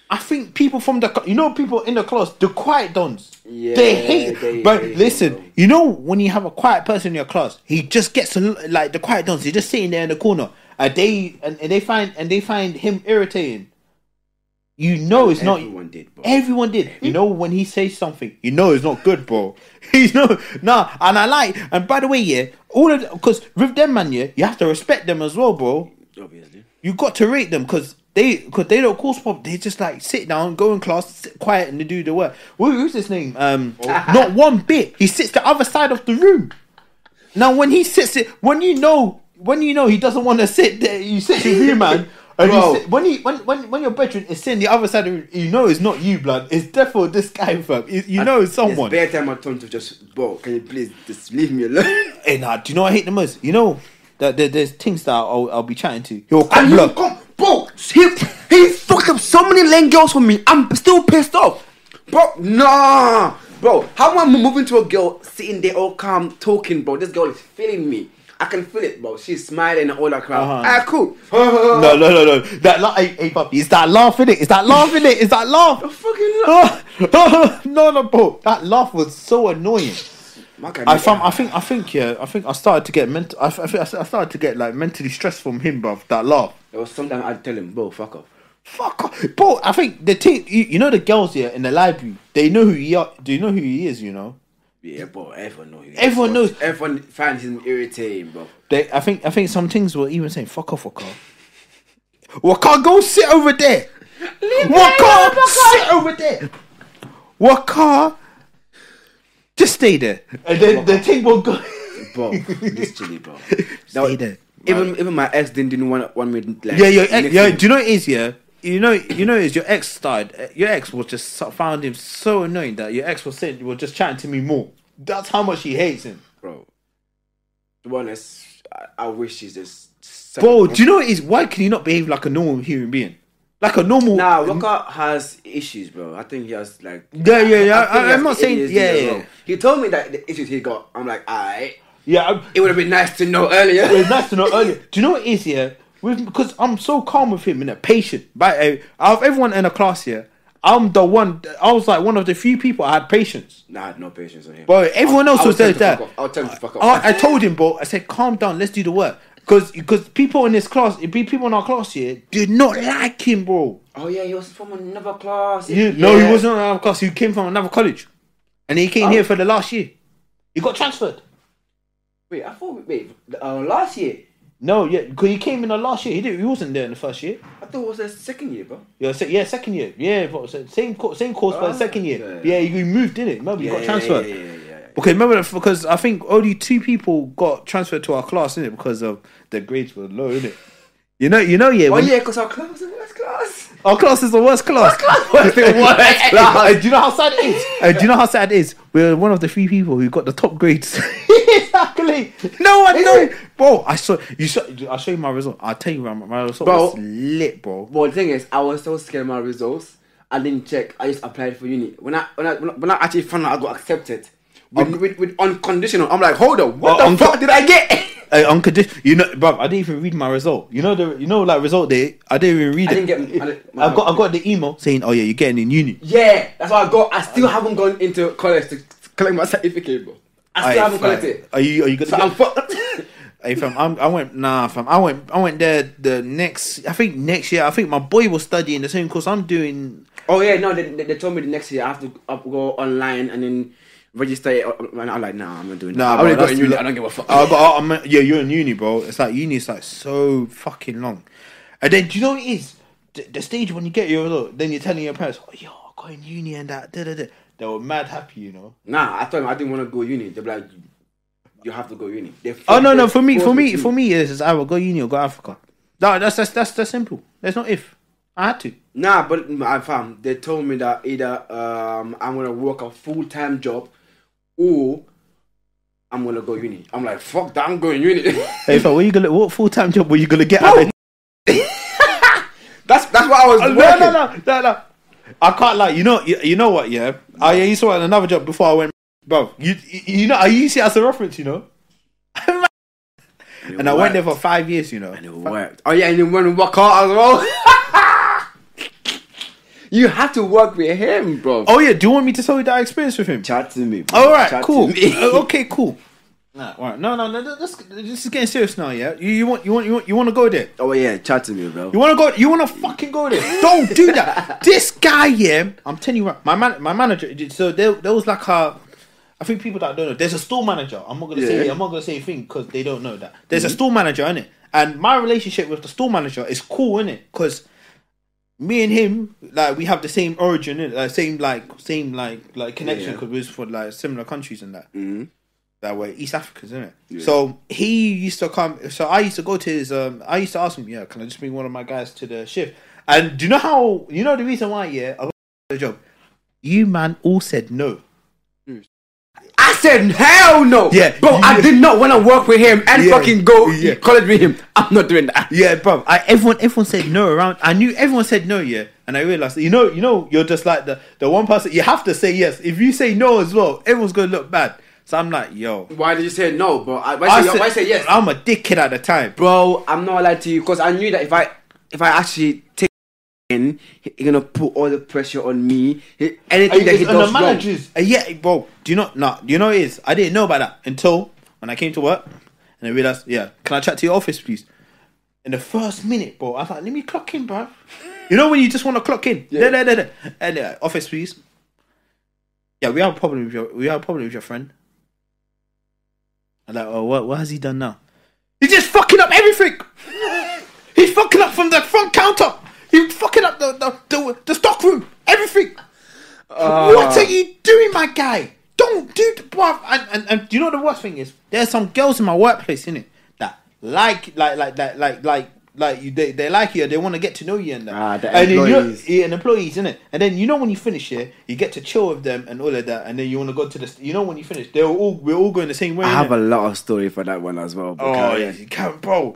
I think people from the you know people in the class, the quiet dons, Yeah, they hate. they but hate him, listen, bro. you know when you have a quiet person in your class, he just gets a, l- like the quiet dons. He's just sitting there in the corner, and they and, and they find and they find him irritating. You know it's not Everyone did, bro. Everyone did. You know when he says something, you know it's not good, bro. <laughs> He's no nah, and I like. And by the way, yeah, all of because with them man, yeah, you have to respect them as well, bro. Obviously. You got to rate them because they because they don't cause pop. They just like sit down, go in class, sit quiet, and they do the work. Who, who's his name? Um, Oh. not one bit. He sits the other side of the room. Now when he sits it, when you know, when you know he doesn't want to sit there, you sit with you, man. And you Bro. sit, when he when, when when your bedroom is sitting the other side of the room, you know it's not you, blood. It's definitely this guy, fam. You- you know it's someone. It's bare time I told him to just bro, can you please just leave me alone? <laughs> Hey, nah, do you know what I hate the most? You know that there, there's things that I'll, I'll be chatting to. He'll come, And he look, come, bro. He he fucked up so many lame girls for me. I'm still pissed off, bro. Nah, bro. How am I moving to a girl sitting there all calm talking, bro? This girl is feeling me. I can feel it, bro. She's smiling and all that crap. Uh-huh. Ah, cool. <laughs> No, no, no, no. That la- hey, hey, puppy, it's that laugh in it. It's that laugh in it. It's that laugh. <laughs> fucking no, no, bro. That laugh was so annoying. My guy, I found, I think, I think, yeah, I think I started to get mental. I, f- I think I started to get like mentally stressed from him, bro. That laugh. There was sometimes I'd tell him, bro, fuck off. Fuck, off. bro. I think the thing, you, you know, the girls here in the library, they know who he are. Do you know who he is? You know, Yeah, bro. Everyone knows. Everyone knows. Everyone finds him irritating, bro. they. I think, I think some things were even saying, "Fuck off, Waka." Waka, go sit over there. Waka, sit over there. Waka, just stay there. And then the thing will go. <laughs> Bro, literally, bro. Stay was- there. Even even my ex didn't didn't want want me to, like. Yeah, your ex, lick yeah. him. Do you know what it is? Yeah, you know, you know, it is your ex started. Your ex was just so- found him so annoying that your ex was saying, "You were just chatting to me more." That's how much he hates him. bro. To be honest, I, I wish he's just. Bro, do you know what it is? Why can he not behave like a normal human being? Like a normal. Nah, Waka has issues, bro. I think he has like. Yeah, yeah, yeah. I, think he I, has am not saying. ADHD Yeah, as yeah, well. He told me that the issues he got. I'm like, alright. yeah. I'm- It would have been nice to know earlier. It was nice to know earlier. Do you know what it is here? With because I'm so calm with him and a patient. But uh, out of everyone in the class here, I'm the one. I was like one of the few people I had patience. <laughs> nah, I had no patience on him. Bro, everyone else I was Ah. would tell there. him to there. fuck off. I would tell him to fuck off. I, I told him, bro. I said, calm down. Let's do the work. Because because people in this class, it be people in our class here, did not like him, bro. Oh yeah, he was from another class. You, No, he Yeah. wasn't in Oh. our class. He came from another college, and he came here for the last year. He got transferred. Wait, I thought wait uh, last year. No, yeah, because he came in the last year. He didn't. He wasn't there in the first year. I thought it was the second year, bro. Yeah, se- yeah, second year. Yeah, but se- same co- same course for Ah, the second year. yeah, Oh, Yeah, he moved in it. Remember, he got transferred. Yeah, yeah, yeah, yeah, yeah. Because remember, that- because I think only two people got transferred to our class, innit? Because of the grades were low, innit? You know, you know, yeah. Oh when- yeah, because our class was the worst class. Our class is the worst class. It's <laughs> the worst <laughs> class. And do you know how sad it is? And do you know how sad it is? We're one of the three people who got the top grades. <laughs> exactly. No one knows. Bro, I saw you. Saw, I'll show you my result. I'll tell you my, my result Bro. was lit, bro. Well, the thing is, I was so scared of my results. I didn't check. I just applied for uni. When I when I when I, when I actually found out I got accepted with, Um, with, with unconditional, I'm like, hold on, what Oh, the unco- fuck did I get? <laughs> Uh, unconditional. You know, bro. I didn't even read my result. You know the. You know like result day. I didn't even read I it. didn't get- I didn't- I got. I got the email saying, "Oh yeah, you're getting in uni." yeah, that's what I got. I Um, still haven't gone into college to collect my certificate, bro. I still Aye, haven't fam. collected. it. Are you? Are you gonna? So get- I'm fucked. <laughs> Hey fam, I'm, I went nah fam. I went I went there the next. I think next year. I think my boy was studying the same course I'm doing. oh yeah, no, they, they, they told me the next year I have to up, go online and then register. It, and I'm like, nah, I'm not doing Nah, that. I already bro, got that's Oh, in uni. too- I don't give a fuck. I got. I'm, yeah, you're in uni, bro. It's like uni is like so fucking long. And then do you know what it is? The, the stage when you get your result, then you're telling your parents, "Oh yo, I got in uni and that." Da, da, da. They were mad happy, you know. Nah, I told him I didn't want to go uni. They're like, you have to go uni. They Oh no they no for me forced for me to. for me it's either go uni or go Africa. That that's that's that's, that's simple. That's not if I had to. Nah, but I found they told me that either um I'm gonna work a full time job, or I'm gonna go uni. I'm like, fuck that, I'm going uni. <laughs> Hey fam, what you gonna what full time job were you gonna get? out of that's that's what I was. Oh, <laughs> working. No, no, no, no, no. I can't lie. You know, you, you know what? Yeah, I used to work at another job before I went, bro. You, you you know, I used it as a reference. You know, and I went there for five years. You know, And it worked. Oh yeah, and you went to work out as well. <laughs> you have to work with him, bro. oh yeah. Do you want me to tell you that experience with him? chat to me. Bro. All right, Chat to cool. me. Uh, <laughs> okay, cool. Nah, all right. No, no, no. no, This, this is getting serious now. Yeah, you, you want you want you want you want to go there. oh yeah, chat to me, bro. You want to go? You want to fucking go there? Don't do that. this guy, yeah, I'm telling you, right, my man, my manager. So there, there was like a, I think people that don't know. There's a store manager. I'm not gonna say. Yeah. Mm-hmm. I'm not gonna say a thing because they don't know that. There's a store manager in it, and my relationship with the store manager is cool in it because me and him, like, we have the same origin, innit? like same like same like like connection Yeah. because we're for like similar countries and that Mhm. that were East Africans, isn't it? So he used to come. So I used to go to his. Um, I used to ask him, yeah, can I just bring one of my guys to the shift? And do you know how? You know the reason why? Yeah, I got the job. You man all said no. I said, hell no. Yeah. Bro, I did not want to work with him and Yeah. fucking go Yeah. college with him. I'm not doing that. Yeah, bro. I everyone everyone said no around. I knew everyone said no. Yeah, and I realized you know you know you're just like the the one person you have to say yes. If you say no as well, everyone's gonna look bad. So I'm like, yo. Why did you say no, bro? I, why, I say, said- why say yes? I'm a dickhead at the time. Bro, I'm not lying to you because I knew that if I if I actually take in, he's gonna put all the pressure on me. He, anything that It's he on the does wrong. managers. Uh, yeah, bro. Do you not? Nah. Do you know what it is? I didn't know about that until when I came to work and I realized. Yeah, can I chat to your office, please? In the first minute, bro, I was like, let me clock in, bro. You know when you just want to clock in? Yeah. No, no, no, no. And uh, office, please. Yeah, we have a problem with your. We have a problem with your friend. I'm like, oh, what? What has he done now? He's just fucking up everything. <laughs> He's fucking up from the front counter. He's fucking up the the, the, the stock room. Everything. Ah. What are you doing, my guy? Don't do the bruv. And, and and do you know the worst thing is there's some girls in my workplace, innit, that like like like that like like like you they, they like you, they want to get to know you and that. Ah, the and then you- employees. yeah, and employees, innit? And then you know when you finish here, you get to chill with them and all of that, and then you want to go to the you know when you finish, they're all we're all going the same way. I have innit? a lot of story for that one as well. Bro. Oh yeah, you can't, bro.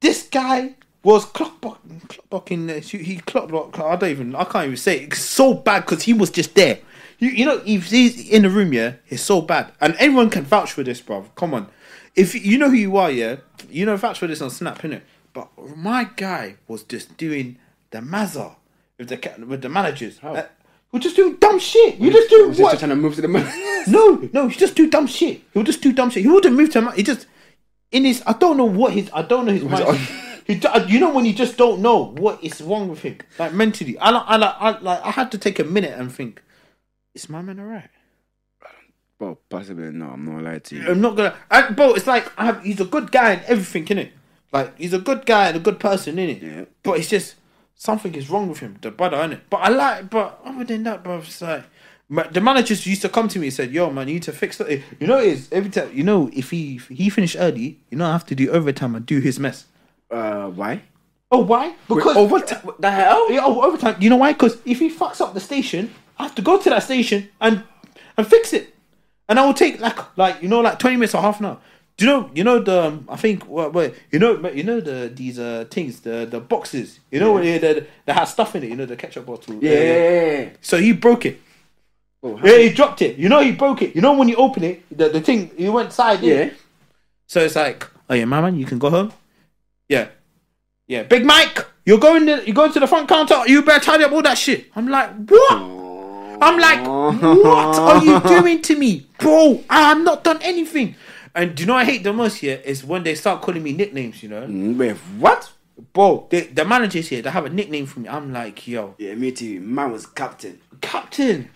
This guy was clockblocking, clockblocking. uh, He he clockblocked. I don't even. I can't even say it. It's so bad because he was just there. You you know if he's in the room, yeah, it's so bad, and everyone can vouch for this, bro. Come on, if you know who you are, yeah, you know vouch for this on Snap, innit? But my guy was just doing the mazza with the ca- with the managers. Uh, we're just doing dumb shit. You just do Was he what? just trying to move to the <laughs> No, no, he just do dumb shit. He would just do dumb shit. He wouldn't move to him. He just in his. I don't know what his. I don't know his mind. He, do- you know when you just don't know what is wrong with him, like mentally. I like, I like, I like. I had to take a minute and think. Is my man alright? Well, possibly no. I'm not lied to you. I'm not gonna. I, bro, it's like I have, he's a good guy and everything, innit? Like he's a good guy and a good person, innit? Yeah. But it's just something is wrong with him, the brother, innit? But I like, but other than that, bro, it's like ma- the managers used to come to me and said, "Yo, man, you need to fix that." You know, it's every time. You know, if he if he finished early, you know, I have to do overtime and do his mess. Uh, why? Oh, why? Because overtime. The hell? yeah, oh, overtime. You know why? Because if he fucks up the station, I have to go to that station and and fix it. And I will take like like you know like twenty minutes or half an hour. Do you know you know the um, I think what what you know but you know the these uh things the the boxes you know where they, they, they had stuff in it you know the ketchup bottle Yeah. yeah, yeah. so he broke it Oh, yeah he dropped it you know he broke it you know when you open it the, the thing you went side in. yeah. So it's like, oh yeah, my man, you can go home. Yeah, yeah, Big Mike, you're going to you're going to the front counter. You better tidy up all that shit. I'm like, what? I'm like, what are <laughs> you doing to me, bro? I have not done anything. And do you know what I hate the most here is when they start calling me nicknames. You know, Mm, Wait, what? bro, they, the managers here they have a nickname for me. I'm like, yo, Yeah, me too. Man was captain. captain.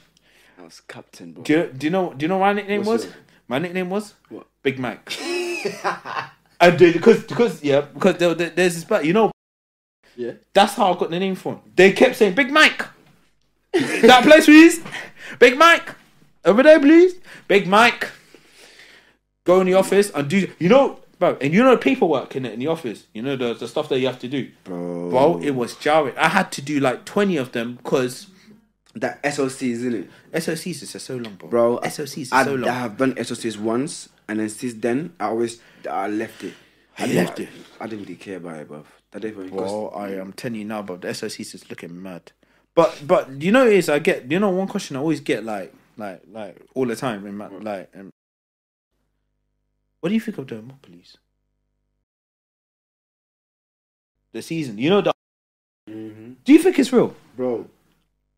I was captain, bro. Do you, do you know do you know what my nickname What's was? your- My nickname was What? Big <laughs> Mike. and they, because because yeah because there, there- there's this but you know Yeah. That's how I got the name from. They kept saying Big Mike. <laughs> that place, please. Big Mike. Over there, please. Big Mike. Go in the office and do you know, bro? And you know the paperwork in it in the office. You know the, the stuff that you have to do, Bro. bro. It was jarring. I had to do like twenty of them because That SOCs, isn't it? SOCs is just so long, bro. Bro, SOCs is I, so long. I have done SOCs once, and then since then, I always I left it. I You didn't- left it? I didn't really care about it, bro. That didn't even cost- Well, Oh, I am telling you now, but the SOCs is looking mad. But but you know it is I get you know one question I always get like like like all the time in my like um, what do you think of the Hermopolis? The season, you know the. Do you think it's real? bro.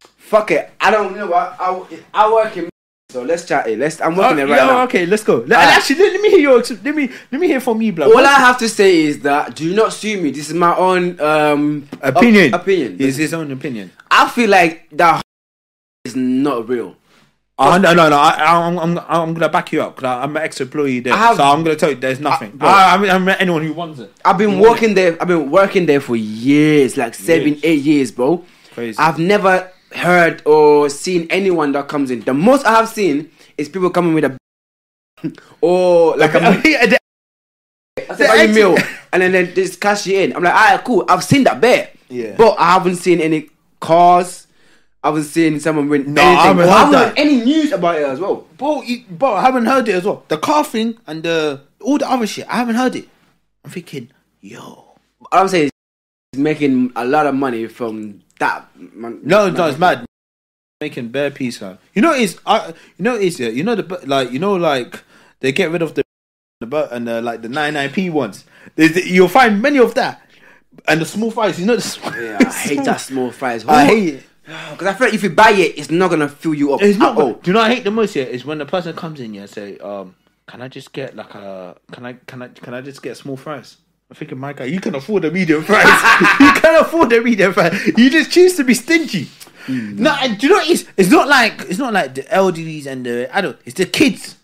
Fuck it. I don't you know what I, I work in. So let's chat it. Let's. I'm working Oh, it right yeah, now. Okay, let's go. Let, Alright. Actually, let, let me hear your. ex- Let me let me hear from you, blood. All I have to say is that do not sue me. This is my own um op- opinion. opinion. It's his own opinion. I feel like that <laughs> is not real. Oh, no, no, no. I, I'm, I'm, I'm gonna back you up because I'm an ex-employee there, I have- so I'm gonna tell you there's nothing. bro. I, I, mean, I mean, anyone who wants it. I've been working there. I've been working there for years, like seven, Years. eight years, bro. Crazy. <laughs> I've never heard or seen anyone that comes in. The most I have seen is people coming with a <laughs> or like <laughs> a The- I said, buy me meal, and then they just cash it in. I'm like, alright, cool. I've seen that bet, Yeah. but I haven't seen any cars. I haven't seen someone win No, I anything. haven't Well, I heard haven't heard that. any news about it as well. bro, you, bro, I haven't heard it as well. The car thing and the all the other shit, I haven't heard it. I'm thinking, yo. All I'm saying is, he's making a lot of money from that. Man, No, no, it's mad. Making bare peace, huh? You know it's, I, you know it's, yeah, you know the bu- like, you know like they get rid of the the bu- and the, like the 99p ones. There's, you'll find many of that and the small fries. You know the small, Yeah, I <laughs> hate that small fries. I hate it. because I feel like if you buy it, it's not gonna fill you up. It's not. at Oh, all. do you know what I hate the most? Yeah, is when the person comes in here and say, um, "Can I just get like a? Can I? Can I? Can I just get small fries?" I'm thinking, my guy, you can afford a medium fries. <laughs> you can afford a medium fries. You just choose to be stingy. No, and do you know what it is? It's not like it's not like the elderlies and the adults. It's the kids.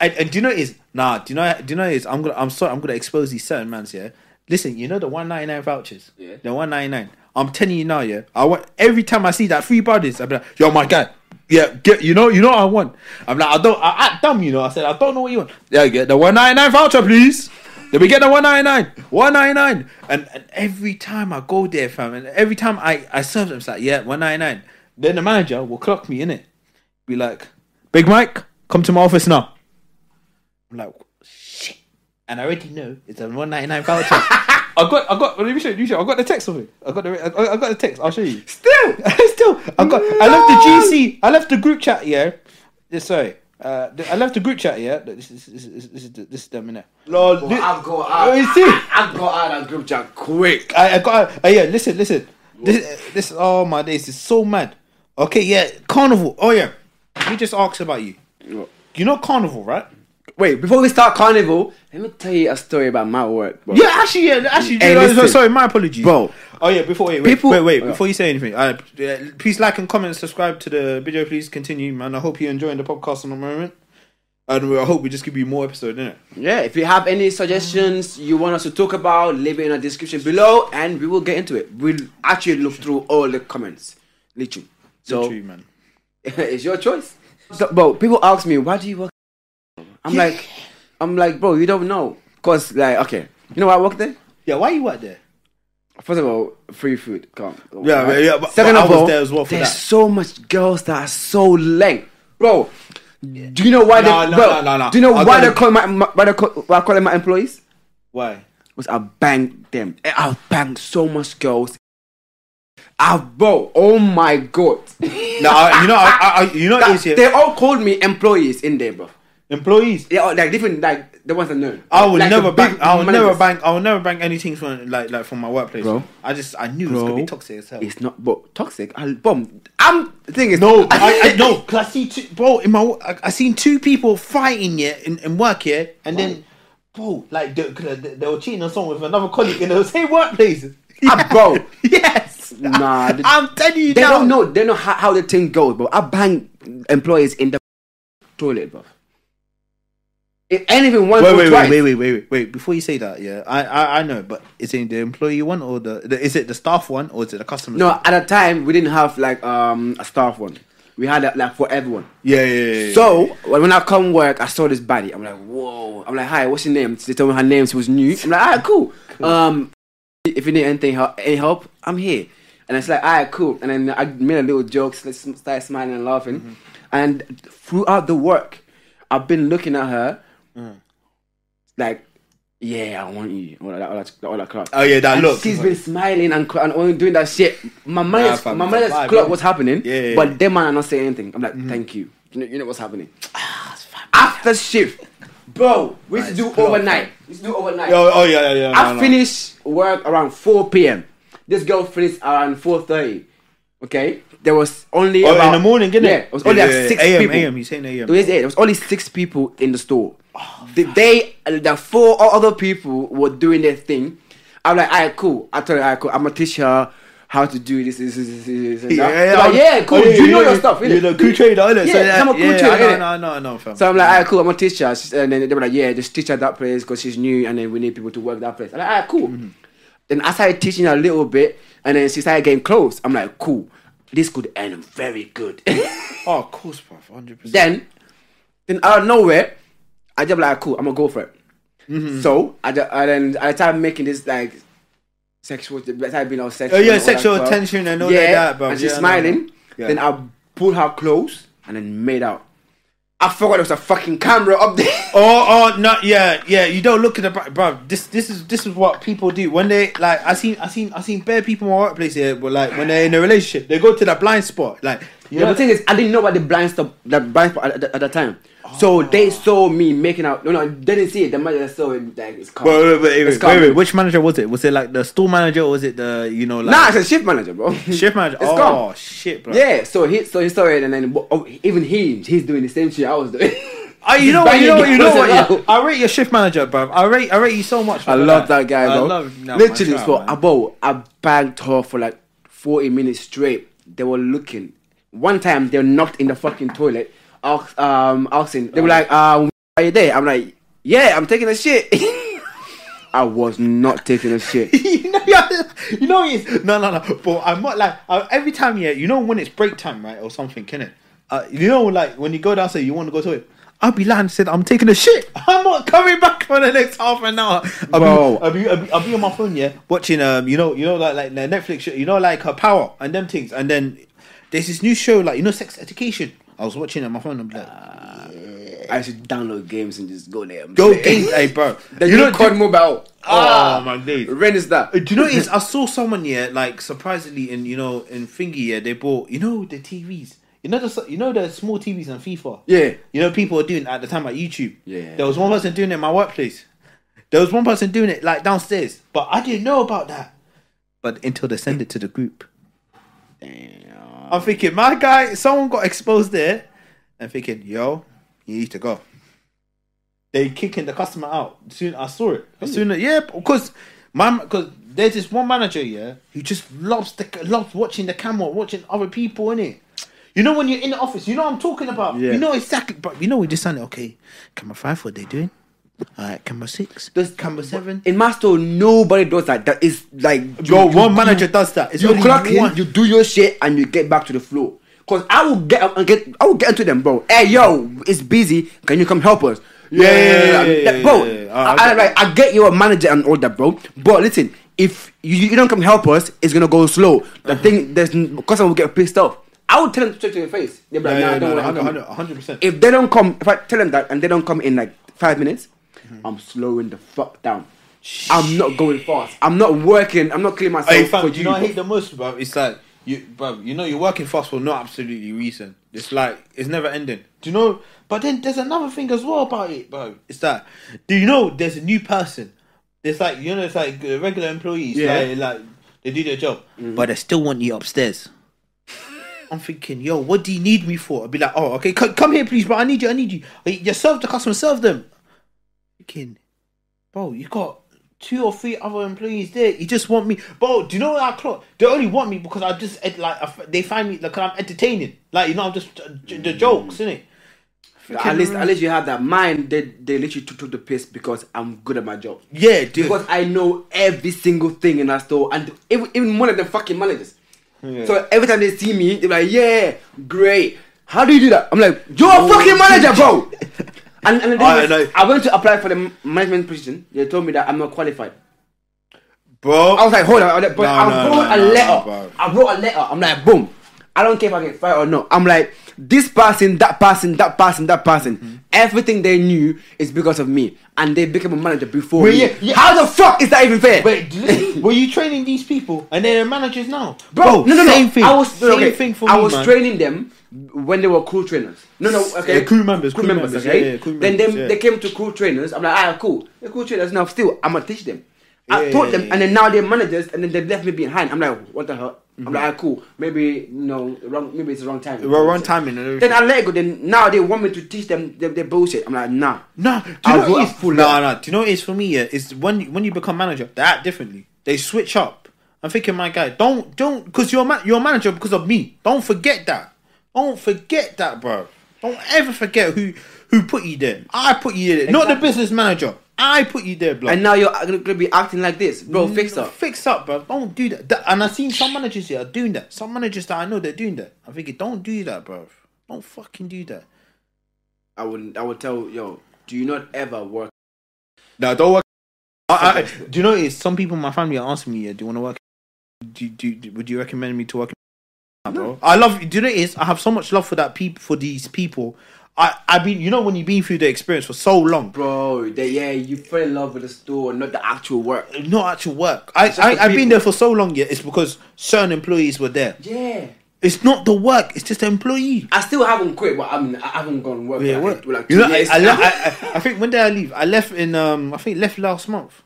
And, and do you know what it is? Nah, do you know? Do you know what it is? I'm gonna. I'm sorry. I'm gonna expose these certain mans. Yeah. Listen, you know the 199 vouchers. Yeah. The 199. I'm telling you now. Yeah. I want every time I see that free bodies, I'm like, yo, my guy. Yeah. Get. You know. You know what I want. I'm like, I don't. I act dumb. You know. I said, I don't know what you want. Yeah. Get the 199 voucher, please. Then we get the 199, 199, and, and every time I go there, fam, and every time I I serve them, it's like, yeah, 199. Then the manager will clock me in it be like, Big Mike, come to my office now. I'm like, shit. And I already know it's a 199 voucher. <laughs> I got, I got, let me show you, let me show you. I got the text of it. I got the, I, I got the text. I'll show you. Still, <laughs> Still, I got, I left the GC, I left the group chat, yeah. Yeah, Sorry. Uh, the- I left the group chat, yeah. This is, this is, this is, the- this is them in there. Lord, Well, I've got Oh, out. you see? I've got out of group chat quick. I, I got. Uh, yeah, listen, listen. This, this. Oh my days, it's so mad. Okay, yeah, carnival. Oh yeah, he just asked about you. You know carnival, right? Wait, before we start carnival, let me tell you a story about my work, bro. Yeah, actually, yeah, actually. Hey, no, no, listen. sorry, my apologies, Bro. Oh yeah, before wait, wait, People- wait, wait, Oh, yeah. before you say anything, uh, yeah, please like and comment, subscribe to the video. Please continue, man. I hope you're enjoying the podcast in the moment. And we, I hope we just give you more episode, innit? Yeah, if you have any suggestions you want us to talk about, leave it in the description below and we will get into it. We'll actually look through all the comments. Literally. So Literally, man. <laughs> it's your choice. So, bro, people ask me, why do you work? I'm like, I'm like, bro, you don't know. Cause like, okay, you know why I work there? Yeah, why you out there? First of all, free food. Come. on. Yeah, yeah, yeah, but- Second but I of was all, there as well for there's that. so much girls that are so lame, bro. Do you know why No, they? no, bro, no, no, no. Do you know I'll why go they to- call my, my why they call, why I call them my employees? <laughs> Why? was I banged them. I banged so much girls. I bro, oh my god. <laughs> No, I, Uh, you know, I, I, I- you know, what it is here? they all called me employees in there, bro. employees. They all like different like the ones I know. I would Like, never the big bank. I would managers. never bank. I would never bank anything from like like from my workplace. Bro. I just I knew it was gonna Bro. be toxic as hell. It's not bro toxic. I bomb. I'm the thing is <laughs> No, I, I no, cause I see two, bro. In my, wo- I, I seen two people fighting here in, in work here, and then, bro, like they, 'cause they, they were cheating on someone with another colleague in the same workplace. Ah, <laughs> bro. yes, Nah, they- I'm telling you, They now. don't know. They know how, how the thing goes, bro. I bang employees in the toilet, bro. If anything once Wait, or wait, twice, wait, wait, wait, wait, wait, wait. Before you say that, yeah, I, I, I know, but is it the employee one or the, the is it the staff one or is it the customer? No, at a time we didn't have like um a staff one. We had a, like for everyone. yeah, yeah, yeah, yeah. So when when I come work, I saw this body. I'm like, whoa. I'm like, hi, what's your name? They told me her name. She was new. I'm like, alright, cool. Um, if you need anything, help, any help, I'm here. And it's like, alright, cool. And then I made a little jokes, like, sm- started smiling and laughing. And throughout the work, I've been looking at her, like, yeah, I want you. All that, all that, all that crap. oh yeah, that And look. she's been smiling and, cr- and only doing that shit. My Nah, mother's, fam, my it's a mother's vibe, clock innit? was happening, Yeah, yeah, yeah. Mm-hmm. but them man are not saying anything. I'm like, thank you. You know, you know what's happening. After shift, bro, we used to Nice do clock, overnight. We used to do overnight. oh, oh yeah, yeah, yeah. I no, no. finish work around 4 p.m. This girl finished around 4:30. Okay, there was only Oh, about, in the morning, didn't yeah, it? it was only Yeah, like yeah, yeah. six AM, people. AM, he's saying AM. It was it. There was only six people in the store. the, they, the four o- other people were doing their thing. I'm like, alright, cool. I told her, alright, cool. I'm gonna teach her how to do this, this, this, this, this and that. They're like, yeah, cool. Oh, you know yeah, your stuff, You're innit? the crew trader, innit? Yeah, So that- I'm a crew yeah, trader, I innit? know, I know, I know, fam. So I'm like, alright, cool. I'm gonna teach her, She's- and then they were like, yeah, just teach her that place because she's new, and then we need people to work that place. I'm like, alright, cool. Then I started teaching her a little bit, and then she started getting close. I'm like, cool. This could end very good. <laughs> oh, of course, bro, 100%. then, then out of nowhere, I just like, cool, I'm gonna go for it. Mm-hmm. So I, ju- I then I started making this like sexual. I started being all sexual. Oh, yeah, and all that sexual stuff. attention and all yeah, that, bruv. And Yeah, she's I know. smiling. Yeah. Then I pulled her close and then made out. I forgot there was a fucking camera up there. <laughs> Oh, oh, no, yeah, yeah. You don't look at the back, bro. This, this is, this is what people do when they like. I seen, I seen, I seen bare people in my workplace here, but like when they're in a relationship, they go to that blind spot, like you Yeah, know. the thing is, I didn't know about the blind stop, that blind spot at, at, at the time. Oh. So they saw me making out. No, no, they didn't see it. The manager saw it. Like, it's calm. Wait, wait, wait, It's wait, wait, calm. wait, Which manager was it? Was it like the store manager, or was it the you know like Nah, it's a shift manager, <laughs> bro. shift manager? It's oh calm. shit, bro. Yeah, so he so he saw it, and then oh, even he he's doing the same shit I was doing. Oh, <laughs> you know what? You know what? You know what? Banging yeah. I rate your shift manager, bro. I rate, I rate you so much. I bruv. love that guy, I bro. love- nah, Literally, my so child, I, man. <laughs> bro, I banged her for like forty minutes straight. They were looking. One time, they were knocked in the fucking toilet. Ask, um, asking. They were Uh-huh. like, um, "Are you there?" I'm like, "Yeah, I'm taking a shit." <laughs> I was not taking <laughs> a shit. you know, you know, what it is? no, no, no. But I'm not like I, every time. Yeah, you know when it's break time, right, or something, can it? Uh, you know, like when you go downstairs, you want to go to it. I'll be lying. Said I'm taking a shit. <laughs> I'm not coming back for the next half an hour. I'll, Bro. be, I'll, be, I'll be I'll be on my phone, yeah, watching um, you know, you know, like like the Netflix, show, you know, like her power and them things, and then there's this new show, like you know, Sex Education. I was watching it on my phone. I'm like, I should download games and just go there. and go play. <laughs> games, hey, bro. Then you know, COD Mobile. Oh, my days. When is that? Uh, Do you know what it is? I saw someone here, like surprisingly, in you know, in Thingy, yeah, they bought you know the TVs. You know the you know the small TVs on FIFA. Yeah. You know people were doing at the time like YouTube. Yeah. There was one person doing it in my workplace. There was one person doing it like downstairs, but I didn't know about that. But until they send it to the group, Damn. I'm thinking, my guy, someone got exposed there. I'm thinking, yo, you need to go. They kicking the customer out. Soon I saw it. As soon as, yeah, because my because there's this one manager yeah who just loves the loves watching the camera, watching other people in it. You know when you're in the office, you know what I'm talking about. Yeah. You know exactly. But you know we just signed it. Okay, camera five, what they doing? All right, camera six. Does- camera seven. In my store, nobody does that. That is like Yo, you- one manager does that. It's you only clock in, one. you do your shit, and you get back to the floor. Cause I will get, I get, I will get into them, bro. Hey, yo, it's busy. Can you come help us? Yeah, yeah, yeah, yeah, That- yeah, bro. yeah, yeah. I, I- I, like, I get you're a manager and all that, bro. But listen, if you, you don't come help us, it's gonna go slow. Uh-huh. The thing, there's because I will get pissed off. I would tell them straight to your face. They'll be like, Yeah, nah, yeah, don't no, worry, no, I'm coming. 100 100%. If they don't come, if I tell them that and they don't come in like five minutes, Mm-hmm. I'm slowing the fuck down. I'm not going fast. I'm not working. I'm not killing myself Hey, fam, for you, you. know what I bro. hate the most, bro? It's like you, bro. You know you're working fast for no absolutely reason. It's like it's never ending. Do you know? But then there's another thing as well about it, bro. It's that do you know there's a new person? It's like you know, it's like uh, regular employees. Yeah. Mm-hmm. Like, like they do their job, but they still want you upstairs. I'm thinking, yo, what do you need me for? I'd be like, oh, okay, c- come here, please, bro. I need you. I need you. Hey, You serve the customer, serve them. Thinking, bro, you got two or three other employees there. You just want me, bro. Do you know what I clock? They only want me because I just ed- like I f- they find me like I'm entertaining. Like you know, I'm just uh, j- the jokes, innit? at least, at least you have that mind. They, they literally took, took the piss because I'm good at my job. Yeah, dude. Because I know every single thing in that store, and even, even more than the fucking managers. So every time they see me, they're like, "Yeah, great. How do you do that?" I'm like, "You're a fucking manager, <laughs> bro." and and the thing I was, know. I went to apply for the m- management position. They told me that I'm not qualified. bro. I was like, hold on, but No, I no, wrote no, a no, letter. bro. I wrote a letter. I'm like, boom. I don't care if I get fired or not. I'm like, this person, that person, that person, that person. Mm-hmm. Everything they knew is because of me, and they became a manager before Well, me. yeah, yeah. How the fuck is that even fair? Wait, listen, were you training these people and they're managers now? bro, no, no, no. same thing. I was same okay, thing for I me, was man. training them when they were crew trainers. No, no, okay, Yeah, crew members, crew, crew members. members, okay, yeah, yeah, crew then them, members, yeah. they came to crew trainers. I'm like, ah, cool, they're crew trainers. Now, still, I'm gonna teach them. I Yeah, taught yeah, them, yeah, Mm-hmm. and then now they're managers, and then they left me behind. I'm like, what the hell? I'm like, ah, cool. Maybe no, wrong. Maybe it's the wrong time. Wrong- wrong timing and everything. Then I let it go. Then now they want me to teach them their, their bullshit. I'm like, nah. No, do you I'll know go what up it is? full No, out. no. Do you know what it is for me? Yeah, is when when you become manager, they act differently. They switch up. I'm thinking, my guy, don't don't because you're a ma- you're a manager because of me. Don't forget that. Don't forget that, bro. Don't ever forget who who put you there. I put you there, not the Exactly. business manager. I put you there, blood. And now you're gonna gonna be acting like this, bro. Mm, Fix up. Fix up, bro. Don't do that. That- And I've seen some managers here are doing that. Some managers that I know they're doing that. I'm thinking, don't do that, bro. Don't fucking do that. I would, I would tell yo, do you not ever work. No, don't work. I, I, do you know what it is? Some people in my family are asking me, yeah, do you want to work? Do, you- do, do, would you recommend me to work? in- Nah, Bro. I love, do you know what it is? I have so much love for that people, for these people. I, I've been, you know, when you've been through the experience for so long, Bro, that yeah, you fell in love with the store, not the actual work. not actual work. I, just the I, I've been people. there for so long, yeah, it's because certain employees were there. Yeah. It's not the work, it's just the employee. I still haven't quit, but I mean, I haven't gone work. Yeah, like, what? Like two you know, I, years. I, <laughs> le- I, I, I think when did I leave? I left in um, I think left last month.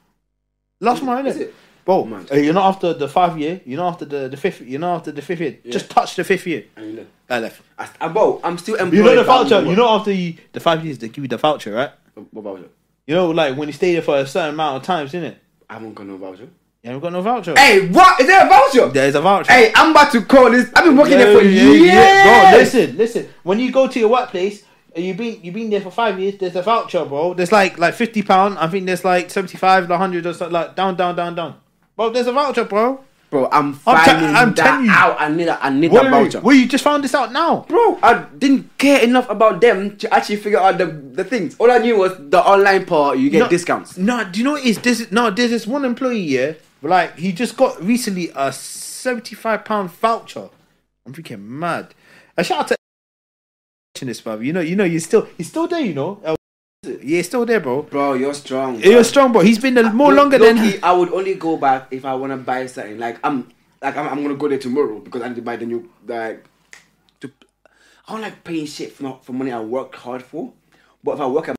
Last month, is innit? it? Bro, Mad. uh, you're not after the five year. You're not after the, the fifth. You're not after the fifth year. Just touch the fifth year. I mean, look, I left. I, I, bro, I'm still employed. You know the but I voucher. haven't You know after you, the five years they give you the voucher, right? worked. What voucher? You know, like when you stay there for a certain amount of times, innit? I haven't got no voucher. You haven't got no voucher. Hey, what? Is there a voucher? There is a voucher. Hey, I'm about to call this. I've been working there for Yeah, years. yeah, Bro, listen, listen. When you go to your workplace, and you've been you've been there for five years. There's a voucher, bro. There's like like fifty pound. I think there's like seventy five, like hundred or something. Like down, down, down, down. Bro, there's a voucher, bro. Bro, I'm I'm te- finding I'm that telling you. out. I need, a, I need What that voucher? voucher. Well, you just found this out now. Bro, I didn't care enough about them to actually figure out the, the things. All I knew was the online part, you get No, discounts. No, do you know what it is this? No, there's this one employee here. Like he just got recently a seventy-five pound voucher. I'm freaking mad. A shout out to this, bro. You know, you know, you're still he's still there. You know, Uh, yeah, he's still there, bro. Bro, you're strong. Yeah, You're strong, bro. He's been there more Low- longer low than key, I would only go back if I want to buy something. Like I'm, like I'm, I'm gonna go there tomorrow because I need to buy the new like. To, I don't like paying shit for for money I worked hard for, but if I work, at,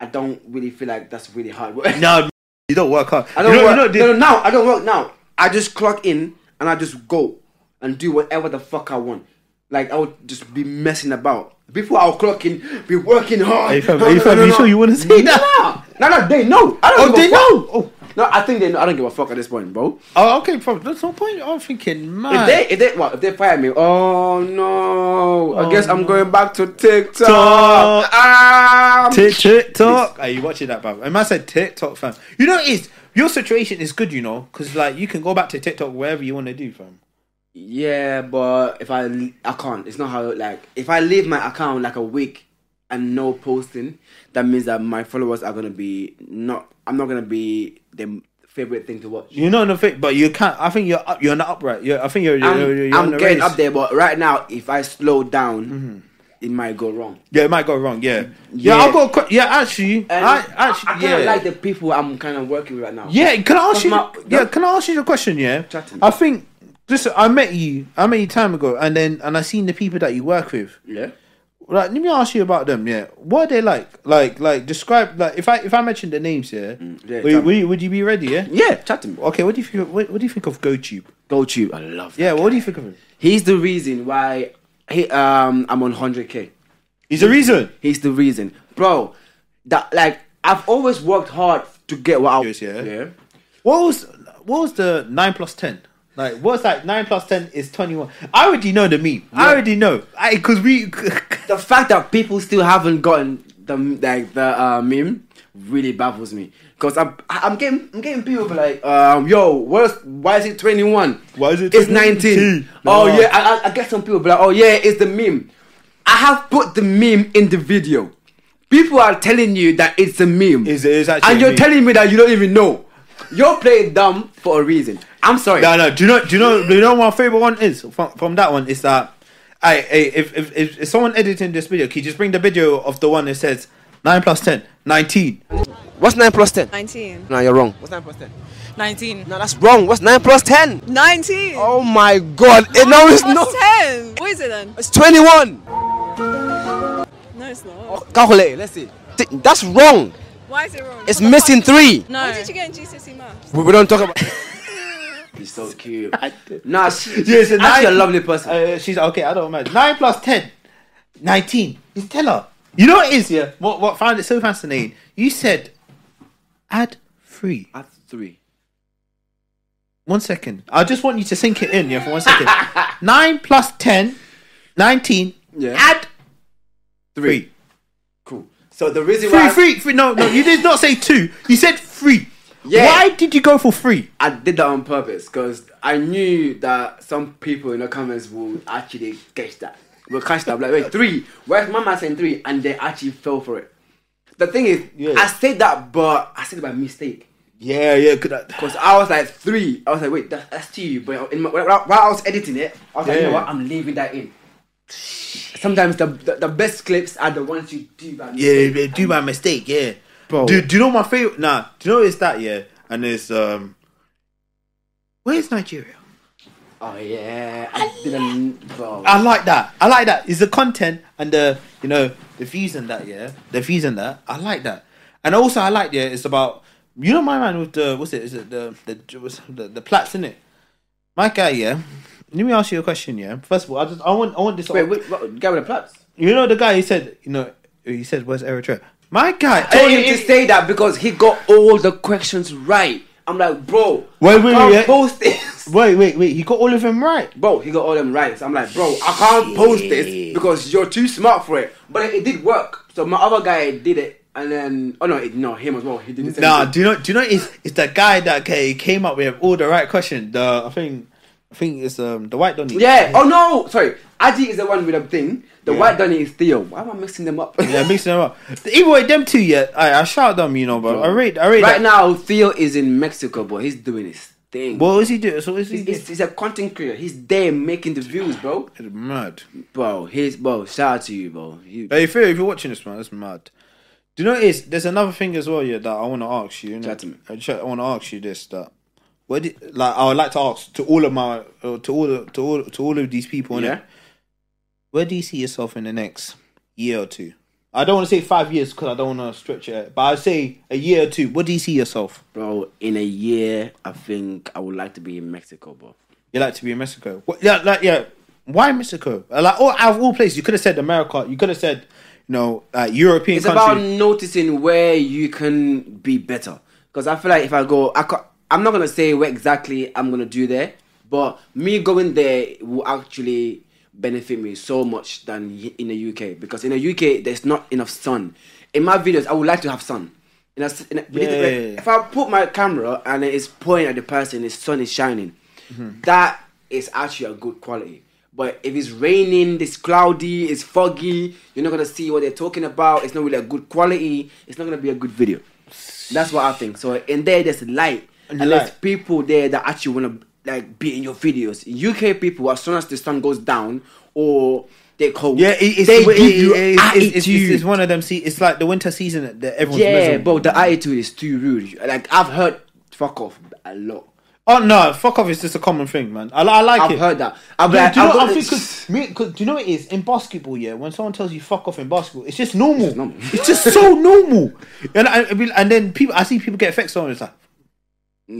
I don't really feel like that's really hard work. <laughs> No, you don't work hard. I don't you know, you work. know, the- no, no, now I don't work now. I just clock in and I just go and do whatever the fuck I want. Like I would just be messing about. Before I'll clock in, be working hard. Hey, fam, hey, fam, you sure you wanna say that? No, no, no, they know. I don't Oh, give a they fuck. know. Oh, No, I think they. know I don't give a fuck at this point, bro. Oh, okay, bro. There's no point. I'm thinking, man. If they, if they, well, if they fire me, oh no, I Oh, guess I'm going back to TikTok. Talk. Ah. Tik- TikTok. Are you watching that, bro? And man said TikTok, fam. You know, it's your situation is good, you know, because like you can go back to TikTok wherever you want to do, fam. yeah, but if I, l- I can't. It's not how like if I leave my account like a week and no posting, that means that my followers are gonna be not. I'm not gonna be their favorite thing to watch. You know, no fit, but you can't. I think you're up, you're not upright. You're, I think you're. you're, I'm, you're, you're I'm on the getting race. Mm-hmm. up there, but right now, if I slow down, it might go wrong. Yeah, it might go wrong. Yeah, yeah. Yeah. I've got. a que- Yeah, actually, And I actually, I, kind of yeah. like the people I'm kind of working with right now. Yeah, can I ask That's you? my- yeah, can I ask you a question? Yeah, Chat to me. I think just I met you, I met you time ago, and then and I seen the people that you work with. yeah. Like, let me ask you about them. Yeah, what are they like? Like, like describe like if I if I mention the names, yeah, Mm, yeah, would, tell would, you, would you be ready? Yeah. Yeah, chat to me. Okay, what do you think? What, what do you think of GoTube? GoTube, I love. Yeah, Yeah, what do you think of him? he's the reason why he, um I'm on 100k. He's the reason. He's the reason, bro. That like I've always worked hard to get what I Yes, yeah. yeah. What was what was the nine plus ten? Like what's that? Nine plus ten is twenty one. I already know the meme. I already know. I because we. <laughs> The fact that people still haven't gotten the like the uh, meme really baffles me because I'm I'm getting I'm getting people be like um yo what's why is it 21? Why is it It's 19? 19. No. Oh yeah, I, I- I get some people be like oh yeah it's the meme. I have put the meme in the video. People are telling you that it's a meme. It's- it's actually and a you're meme. telling me that you don't even know. You're playing dumb for a reason. I'm sorry. No, no. Do you know? Do you know? Do you know? What my favorite one is from, from that one is that, I, I if, if if if someone editing this video, can you just bring the video of the one that says nine plus 10, 19. What's nine plus ten? 19. No, you're wrong. What's nine plus ten? 19. No, that's wrong. What's nine plus ten? 19. Oh my god! Eh, no, it's Plus not. 10. Oh, What is it then? It's twenty-one. No, it's not. Oh. Calculate. Let's see. Th- That's wrong. Why is it wrong? It's missing three. No. What did you get in GCSE maths? We, we don't talk about. <laughs> He's so cute. Nah, she, Yes, she's and actually a nine- lovely person. Uh, she's okay. I don't imagine nine plus 10, 19. Is tell her. You know what it is? Yeah. What what found it so fascinating? You said, add three. At three. One second. I just want you to sink it in. Yeah, for one second. nine plus 10, 19. Yeah. Add Three. three. Cool. So the reason Three, why three, three. No, no, you did not say two. You said three. Yeah. Why did you go for three? I did that on purpose because I knew that some people in the comments would actually catch that. Will catch that. I'm like, wait, three. Where's my man saying three? And they actually fell for it. The thing is, Yeah. I said that, but I said it by mistake. Yeah, yeah. Could I... Because I was like three. I was like, wait, that, that's two. But in my, while while I was editing it, I was like, you know Yeah. what? I'm leaving that in. Sometimes the, the, the best clips are the ones you do. by Yeah, mistake. yeah, do my mistake. Yeah, Bro. Do, do you know my favorite? Nah, do you know it's that? Yeah, and it's um, where's Nigeria? Oh yeah, I didn't. Bro. I like that. I like that. It's the content and the you know the views and that. Yeah, the views and that. I like that. And also I like yeah. It's about you know my man with the what's it? Is it the the what's, the, the plats in it? My guy. Yeah. Let me ask you a question. Yeah. First of all, I just I want I want this. wait, wait, what, guy with the plaits. You know the guy he said, you know, he said, "Where's Eritrea?" My guy. told Hey, him to hey, say that because he got all the questions right. I'm like, bro, Wait, I wait, can't wait. post this. <laughs> Wait, wait, wait. He got all of them right. Bro, he got all them right. So I'm like, bro, I can't post this Shit. because you're too smart for it. But it, it did work. So my other guy did it, and then oh no, it, no, him as well. He didn't. Nah, do you know? Do you know? It's it's the guy that ca- came up with all the right question. The I think I think it's um the white donny. Yeah. Oh no, sorry. Aji is the one with the thing. The white Donny is Theo. Why am I mixing them up? yeah, mixing them up. Either way, them two. Yeah, I, I shout them. You know, <laughs> but I read I read right that. now, Theo is in Mexico, but he's doing his thing. What is he doing? So is he? He's, he's- he's a content creator. He's there making the views, bro. doing? mad. Bro, he's bro. Shout out to you, bro. You, Hey, if you're, if you're watching this, man, that's mad. Do you know? It's there's another thing as well. Yeah, that I want to ask you. you know? Chat to me. I, just- I want to ask you this. That where did like I would like to ask to all of my uh, to all the- to all to all of these people. innit? yeah. Where do you see yourself in the next year or two? I don't want to say five years because I don't want to stretch it, but I'd say a year or two. Where do you see yourself? Bro, in a year, I think I would like to be in Mexico, bro. You like to be in Mexico? What, yeah, like yeah. Why Mexico? Like, all, out of all places, you could have said America. You could have said, you know, uh, European It's country. about noticing where you can be better. Because I feel like if I go, I ca- I'm not gonna say what exactly I'm gonna do there, but me going there will actually benefit me so much than y- in the UK because in the UK there's not enough sun. In my videos, I would like to have sun. In a, s- in a- we need to- Yeah, yeah, yeah. If I put my camera and it's pointing at the person, the sun is shining. Mm-hmm. that is actually a good quality. But if it's raining, it's cloudy, it's foggy, you're not gonna see what they're talking about. It's not really a good quality. It's not gonna be a good video. That's what I think. So in there, there's light, and, there's light. people there that actually wanna like be in your videos. UK people, as soon as the sun goes down or they cold, Yeah, it, it's, they it- give it- you it's, it's- it's- attitude. it's one of them. See, it's like the winter season that everyone's yeah, miserable. but the attitude is too rude. Like I've heard, fuck off a lot. Oh no, fuck off! It's just a common thing, man. I, li- I like I've it. heard that. I'm Yeah, like, do you I'm know? what I gonna- think 'cause me- 'cause do you know what it is in basketball? Yeah, when someone tells you "fuck off" in basketball, it's just normal. It's, normal. just so normal. And I, I mean, and then people, I see people get affected on. it, It's like,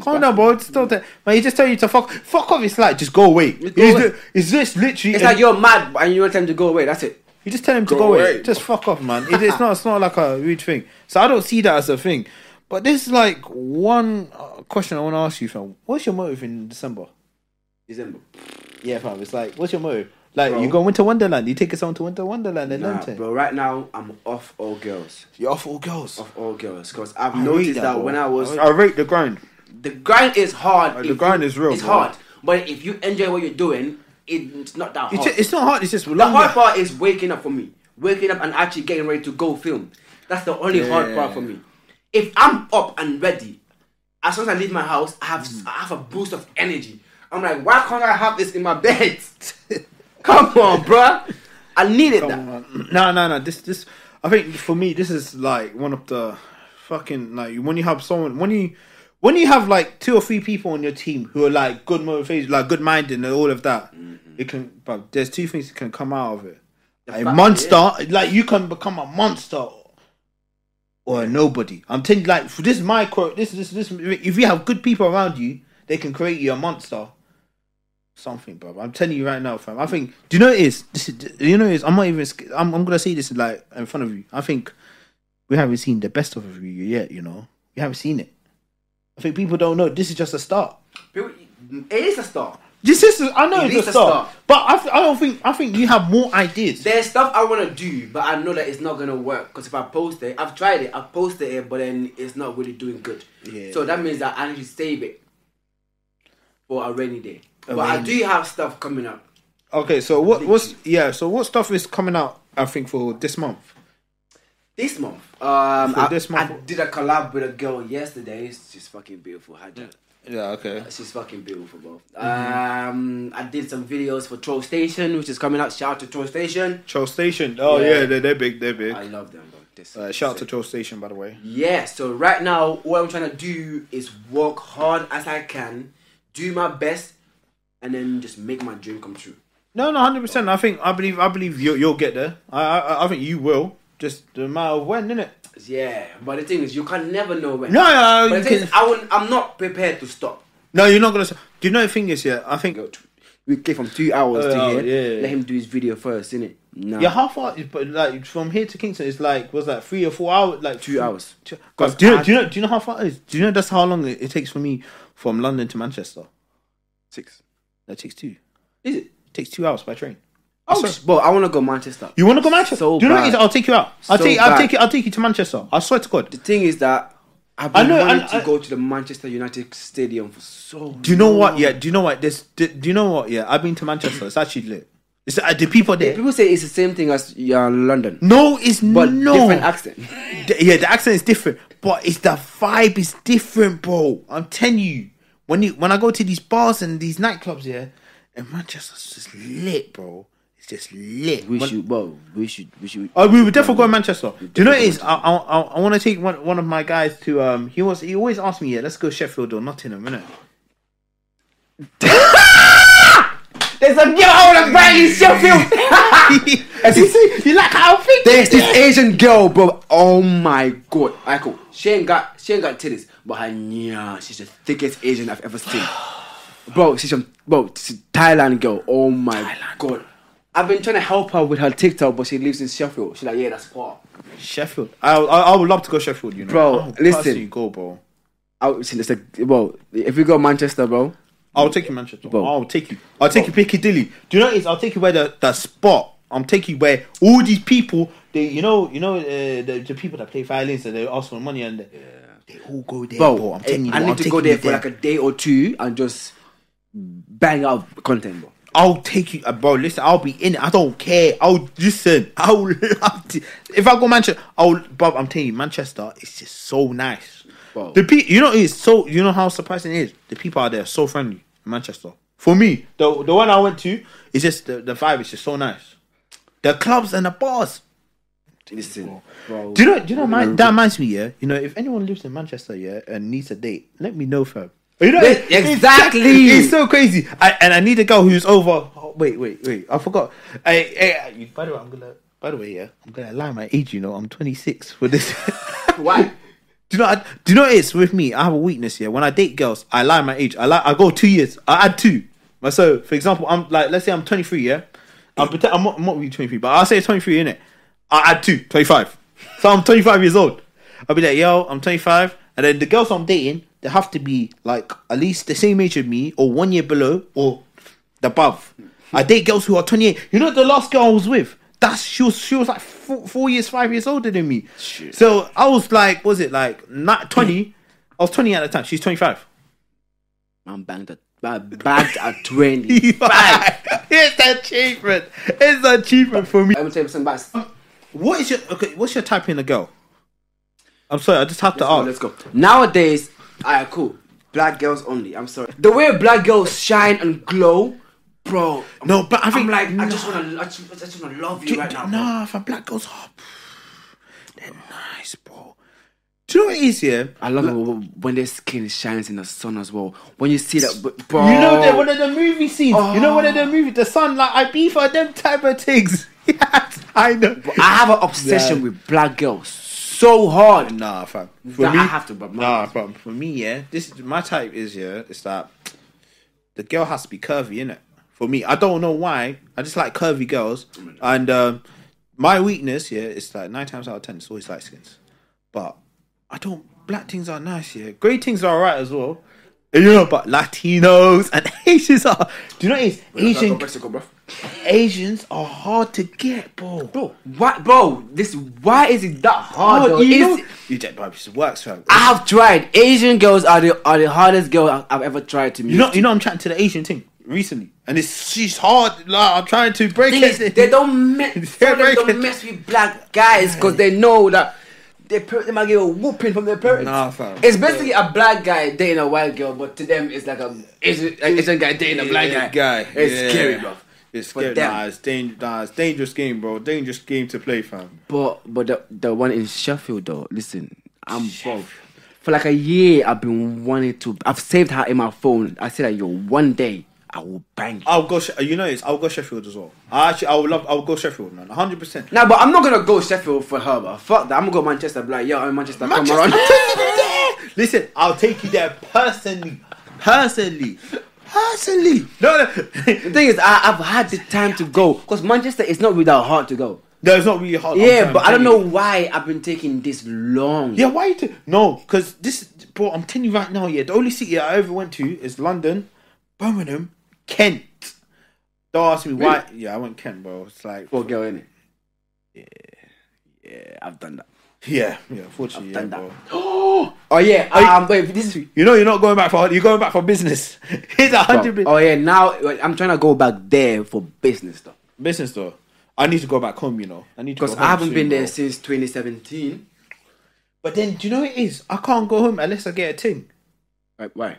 calm down, bro. It's not that. Man, he just tell you to fuck, fuck off. It's like just go away. go It's away. li- It's just literally. It's like you're mad and you want them to go away. That's it. You just tell him to Go go away. away. Just fuck off, man. It- it's not. It's not like a rude thing. So I don't see that as a thing. But this is like one uh, question I want to ask you, fam. What's your motive in December? December. Yeah, fam. It's like, what's your motive? Like, Bro. you go into Wonderland. You take us on to Winter Wonderland and Nah, everything. bro, right now I'm off all girls, You're off all girls. off all girls, because I've I rate noticed that, bro. when I was I rate the grind. the grind is hard. the if grind you- is real, It's bro. hard, but if you enjoy what you're doing, it's not that hard. It's, ju- it's not Oh. hard. It's just the hard longer. part is waking up for me, waking up and actually getting ready to go film. That's the only hard part for me. If I'm up and ready, as soon as I leave my house, I have I have a boost of energy. I'm like, why can't I have this in my bed? <laughs> Come on, bruh. I needed that. No, no, no. This, this. I think for me, this is like one of the fucking like when you have someone when you when you have like two or three people on your team who are like good motivation, like good minded, and all of that. It can, but there's two things that can come out of it. A fact monster, like you can become a monster or a nobody. I'm telling you, like this is my quote. This, this, this. If you have good people around you, they can create you a monster something, bro. I'm telling you right now, fam. I think. Do you know what it is? This is. Do you know what it is? I'm not even. sc- I'm. I'm gonna say this like in front of you. I think we haven't seen the best of you yet. You know, we haven't seen it. I think people don't know. This is just a start. People- It is a start. This is. I know It it's is a a start, start. but I. th- I don't think. I think you have more ideas. There's stuff I want to do, but I know that it's not gonna work. Cause if I post it, I've tried it, I've posted it, but then it's not really doing good. Yeah. So that means that I need to save it for a rainy day. A but I rainy do have stuff coming up. Okay, so what? What's yeah? So what stuff is coming out? I think for this month. This month, um, For I, this month- I did a collab with a girl yesterday. She's fucking beautiful, Hajar. Yeah. Mm-hmm. Okay. She's fucking beautiful, bro. Um, I did some videos for Troll Station, which is coming out. Shout out to Troll Station. Troll Station. Oh yeah, Yeah. they're, they're big. They're big. I love them, bro. This Uh, shout out to Troll Station, by the way. Yeah, so right now, what I'm trying to do is work hard as I can, do my best, and then just make my dream come true. No, no, hundred percent. I think I believe I believe you, you'll get there. I, I I think you will. Just the matter of when, innit? Yeah, but the thing is, you can never know when. No, no, but you the thing can, is, I will, I'm not prepared to stop. no, you're not gonna. s- Do you know the thing is? Yeah, I think We came from two hours Oh, to here. yeah. Let him do his video first, innit? No. yeah, how far? is- But like from here to Kingston is like was like three or four hours, like Two hours. two- Guys, do you know? Do you know? Do you know how far it is? Do you know that's how long it, it takes for me from London to Manchester? Six. That takes two. Is it? takes two hours by train. Oh, sh- bro, I want to go Manchester. You want to go Manchester? So do you know what it is? bad. I'll take you out. I'll So take. I'll bad. take you. I'll take you to Manchester. I swear to God. The thing is that I've I been know, wanting and to I- go to the Manchester United Stadium for so. Do you know what? long. Yeah. Do you know what? This. Do, do you know what? Yeah. I've been to Manchester. It's actually lit. It's uh, the people there. People say it's the same thing as yeah, London, No, it's but no. different accent. <laughs> D- yeah, the accent is different, but it's the vibe is different, bro. I'm telling you. When you when I go to these bars and these nightclubs, yeah, and Manchester's just lit, bro. It's just lit. We When- should, well, we should, we should. Oh, we would definitely go to Manchester. Do you know what it is? I, I, I, I want to take one, one of my guys to. Um, he was he always asks me, yeah, let's go Sheffield or Nottingham, innit? There's a girl out of <laughs> Bradley <laughs> Sheffield. Ah! you see, you like how I think? There's this Asian girl, bro. Oh my god, I cool. She ain't got, she ain't got titties, but her yeah, she's the thickest Asian I've <sighs> ever seen. Bro, she's from, bro, she's a Thailand girl. Oh my god. I've been trying to help her with her TikTok, but she lives in Sheffield. She's like, yeah, that's far. Sheffield. I, I I would love to go Sheffield, you know. Bro, I would listen. personally go, bro. I would say it's like, well, if we go Manchester, bro, I'll take you Manchester. Bro. I'll take you. I'll take you Piccadilly. Do you know what it is? I'll take you where the, that spot. I'm taking you where all these people. They, you know, you know, uh, the, the people that play violins and they ask for money and they, they all go there. bro, Bro, I'm telling you, I bro, need I'm to go taking you there for like a day or two and just bang out content, bro. I'll take you, uh, bro. Listen, I'll be in it. I don't care. I'll listen. I'll if I go Manchester, I'll. But I'm telling you, Manchester is just so nice. Wow. The pe- you know, it's so. You know how surprising it is. The people out there are so friendly. in Manchester, for me, the the one I went to, it's just the, the vibe is just so nice. The clubs and the bars. Listen, bro. Do you know? Do you know? Man, that reminds me. Yeah, you know, if anyone lives in Manchester, yeah, and needs a date, let me know, fam. You know, Yes, it's- exactly. It's so crazy. I, and I need a girl who's over. oh, wait, wait, wait. I forgot. I, I, you- by the way, I'm gonna. By the way, yeah, I'm gonna lie my age. You know, I'm 26 for <laughs> this. Why? Do you know? I, do you know what it is with me? I have a weakness here. When I date girls, I lie my age. I lie. I go two years. I add two. So, for example, I'm like, let's say I'm 23. Yeah, I'm, pretend- I'm not, I'm not really 23, but I'll say 23 in it. I add two, 25. So I'm 25 years old. I'll be like, yo, I'm 25, and then the girls I'm dating, they have to be like at least the same age as me, or one year below, or the above. I date girls who are 28. You know the last girl I was with. That's she was she was like four, four years, five years older than me. Shit. So I was like, was it like not 20? I was 20 at the time. She's <laughs> 25. I'm banged at, I'm bagged at 20. <laughs> it's an achievement. It's an achievement for me. Let me tell you something about. What is your okay? What's your type in a girl? I'm sorry, I just have to ask. Let's go. Nowadays, alright, cool. Black girls only. I'm sorry. The way black girls shine and glow, bro. No, but I I'm think like, I no. just wanna, I just, I just wanna love you Do- right do- now. bro. Nah, if a black girl's up, they're nice, bro. Do you know what it is here? I love it when their skin shines in the sun as well. When you see that, but- bro. You know that one of the movie scenes. You know one of the movie, the sun like Ibiza, them type of things. <laughs> yes, I know. I have an obsession with black girls so hard. Nah, fam. For Nah, me, I have to, bro. Nah, fam. For me, yeah. This is my type is yeah. It's that the girl has to be curvy, innit? For me, I don't know why. I just like curvy girls, and um, my weakness, yeah, it's like nine times out of ten, it's always light skins. But I don't. Black things are nice, yeah. Grey things are alright as well. You know, but Latinos and <laughs> Asians are. Do you know what it is? Asian Asians are hard to get, bro. Bro, why, bro? This why is it that hard? Oh, though? you Is know, it- you don't know, it works, fam. I have tried. Asian girls are the are the hardest girl I- I've ever tried to meet. You know, you know, I'm chatting to the Asian thing recently, and it's she's hard. Like, I'm trying to break thing it. is, they don't mess. They're they breaking- don't mess with black guys because they know that their parents they might get a whooping from their parents. Nah, fam. It's basically a black guy dating a white girl, but to them it's like a Asian, an Asian guy dating a black <laughs> Yeah, guy. It's yeah. scary, bro. It's For scary. them. Nah, it's dangerous. Nah, it's dangerous game, bro. Dangerous game to play, fam. But but the the one in Sheffield though, listen, I'm broke. For like a year, I've been wanting to. I've saved her in my phone. I said, like, yo, one day I will bang you. I'll go. She- You know, it's I'll go Sheffield as well. I actually, I would love. I'll go Sheffield, man. 100. percent Nah, but I'm not gonna go Sheffield for her, but fuck that. I'm gonna go Manchester. Be like, yo, I'm in Manchester. Manchester, Come I'll on. take you there. Listen, I'll take you there personally, personally, personally. No, no. <laughs> <laughs> The thing is, I, I've had the time to go because Manchester is not really that hard to go. No, it's not really hard. I'm Yeah, trying- but I I'm don't telling know you. why I've been taking this long. Yeah, why you do? No, because this, bro. I'm telling you right now. Yeah, the only city I ever went to is London, Birmingham, Kent. Don't ask me why. Yeah, I went Kent, bro. It's like, for a girl, innit? Yeah, yeah, I've done that. yeah, yeah. Unfortunately, yeah, done that. bro. <gasps> Oh yeah, um, wait, this is You know, you're not going back for. You're going back for business. <laughs> it's a hundred Oh yeah, now like, I'm trying to go back there for business though. business though. I need to go back home. You know, I need to. Because go home I haven't soon, been there bro. since 2017. But then, do you know what it is? I can't go home unless I get a ting. Right, why?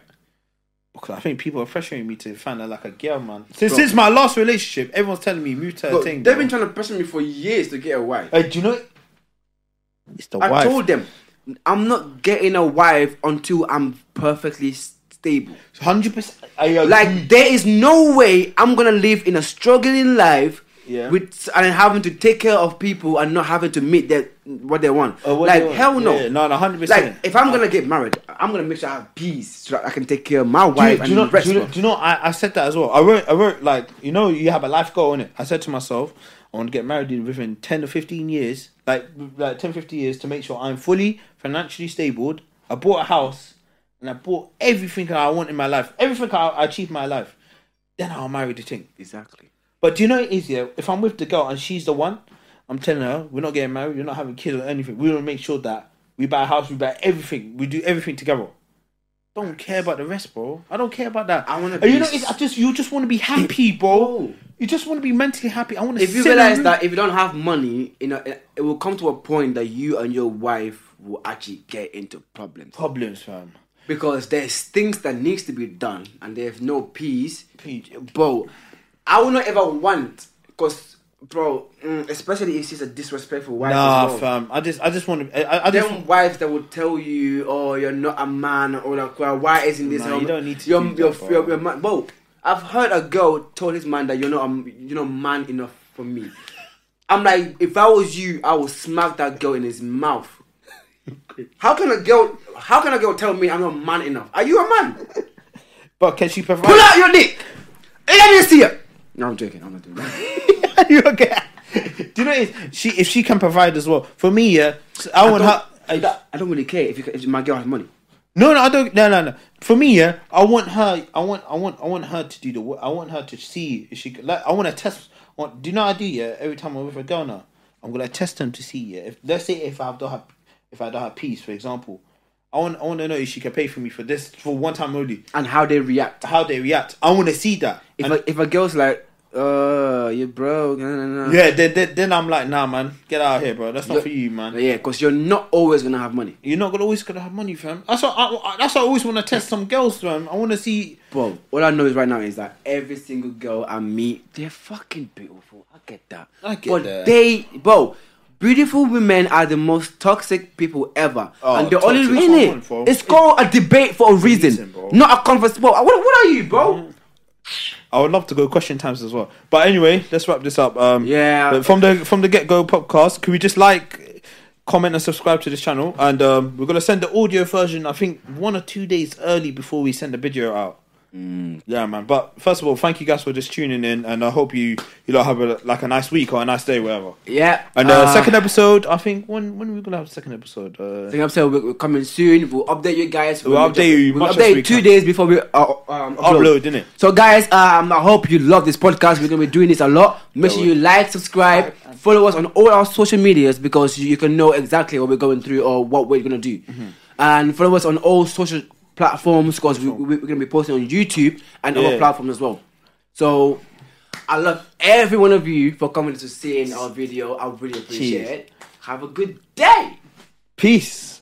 Because I think people are pressuring me to find out like a girl, man. Since since my last relationship, everyone's telling me move to a Bro, ting. they've bro. been trying to pressure me for years to get a wife. Hey, do you know? It's the I told them I'm not getting a wife until I'm perfectly stable. Hundred percent. Like Like there is no way I'm gonna live in a struggling life Yeah. with and having to take care of people and not having to meet their what they want. Oh, what like they want. hell no. Oh. Yeah, no, no, 100%. Like if I'm gonna get married, I'm gonna make sure I have peace so that I can take care of my do you, wife do and you know? the rest. Do you know? of- Do you know I, I said that as well. I wrote. I wrote like you know you have a life goal in it. I said to myself, I want to get married in within ten to fifteen years, like like 10, 15 years, to make sure I'm fully financially stable. I bought a house. and I bought everything that I want in my life, everything I, I achieved in my life, then I'll marry the thing. Exactly. But do you know it is yeah? If I'm with the girl and she's the one, I'm telling her we're not getting married, we're not having kids or anything. We will make sure that we buy a house, we buy everything, we do everything together. Don't care about the rest, bro. I don't care about that. I wanna And be You know, s- it's, I just you just want to be <laughs> happy, bro. Bro. You just want to be mentally happy. I want to. If you realize that if you don't have money, you know it it will come to a point that you and your wife will actually get into problems problems, fam. because there's things that needs to be done and there's no peace. Peace. Bro, I will not ever want because bro, mm, especially if she's a disrespectful wife. Nah, as well. fam. I just, I just want to. I, I just. them wives that would tell you, "Oh, you're not a man," or like, "Well, why isn't this?" Nah, and all you that. don't need to You're, do you're, that, you're, bro. you're man. Bro, I've heard a girl told this man that you're not, a, you're not man enough for me. I'm like, if I was you, I would smack that girl in <laughs> his mouth. How can a girl? How can a girl tell me I'm not man enough? Are you a man? but can she provide? Pull out your dick. Let me see it. No, I'm joking. I'm not doing that. <laughs> you okay? Do you know what it is? she if she can provide as well? For me, yeah, I, want her. I don't, I don't really care if, you, if my girl has money. No, no, I don't. No, no, no. For me, yeah, I want her. I want, I want, I want her to do the. work. I want her to see if she could- like. I want to test. I Want, do you know what I do? Yeah, every time I'm with a girl now, I'm gonna test them to see. Yeah, if let's say if I don't have, if I don't have peace, for example, I want, I want to know if she can pay for me for this for one time only. And how they react. How they react, I want to see that. If And- a, if a girl's like, uh, you're broke, nah, nah, nah. yeah, then, then then I'm like, nah, man, get out of here, bro. That's not Look- for you, man. yeah, because you're not always gonna have money, You're not gonna always gonna have money, fam. That's what I, I- that's what I always want to test some girls, fam. I want to see. bro. All I know is right now is that every single girl I meet, they're fucking beautiful. I get that, I get but that. they, bro, beautiful women are the most toxic people ever, Oh, and the toxic. only Come on, reason bro. it's called a debate for a reason, reason, bro. Mm-hmm. not a conference. Bro, what, what are you, bro? I would love to go question times as well. But anyway, let's wrap this up. Um, Yeah. but From the from the get go podcast, can we just like, comment, and subscribe to this channel? And um, we're gonna send the audio version. I think one or two days early before we send the video out. Yeah, man. But first of all, thank you guys for just tuning in, and I hope you you lot have a, like a nice week or a nice day, whatever. Yeah, Ah. And uh, second episode, I think when when are we gonna have the second episode? Uh, Second episode will- will coming soon. We'll update you guys. We'll update you We'll much as update we you two can. days before we uh, um, upload, innit? So guys, um, I hope you love this podcast. We're gonna be doing this a lot. Make sure you like, subscribe, follow us on all our social medias because you, you can know exactly what we're going through or what we're gonna do. And follow us on all social platforms because we, we, we're gonna be posting on YouTube and Yeah. other platforms as well. So I love every one of you for coming to see in our video. I really appreciate Cheers. it. Have a good day. Peace.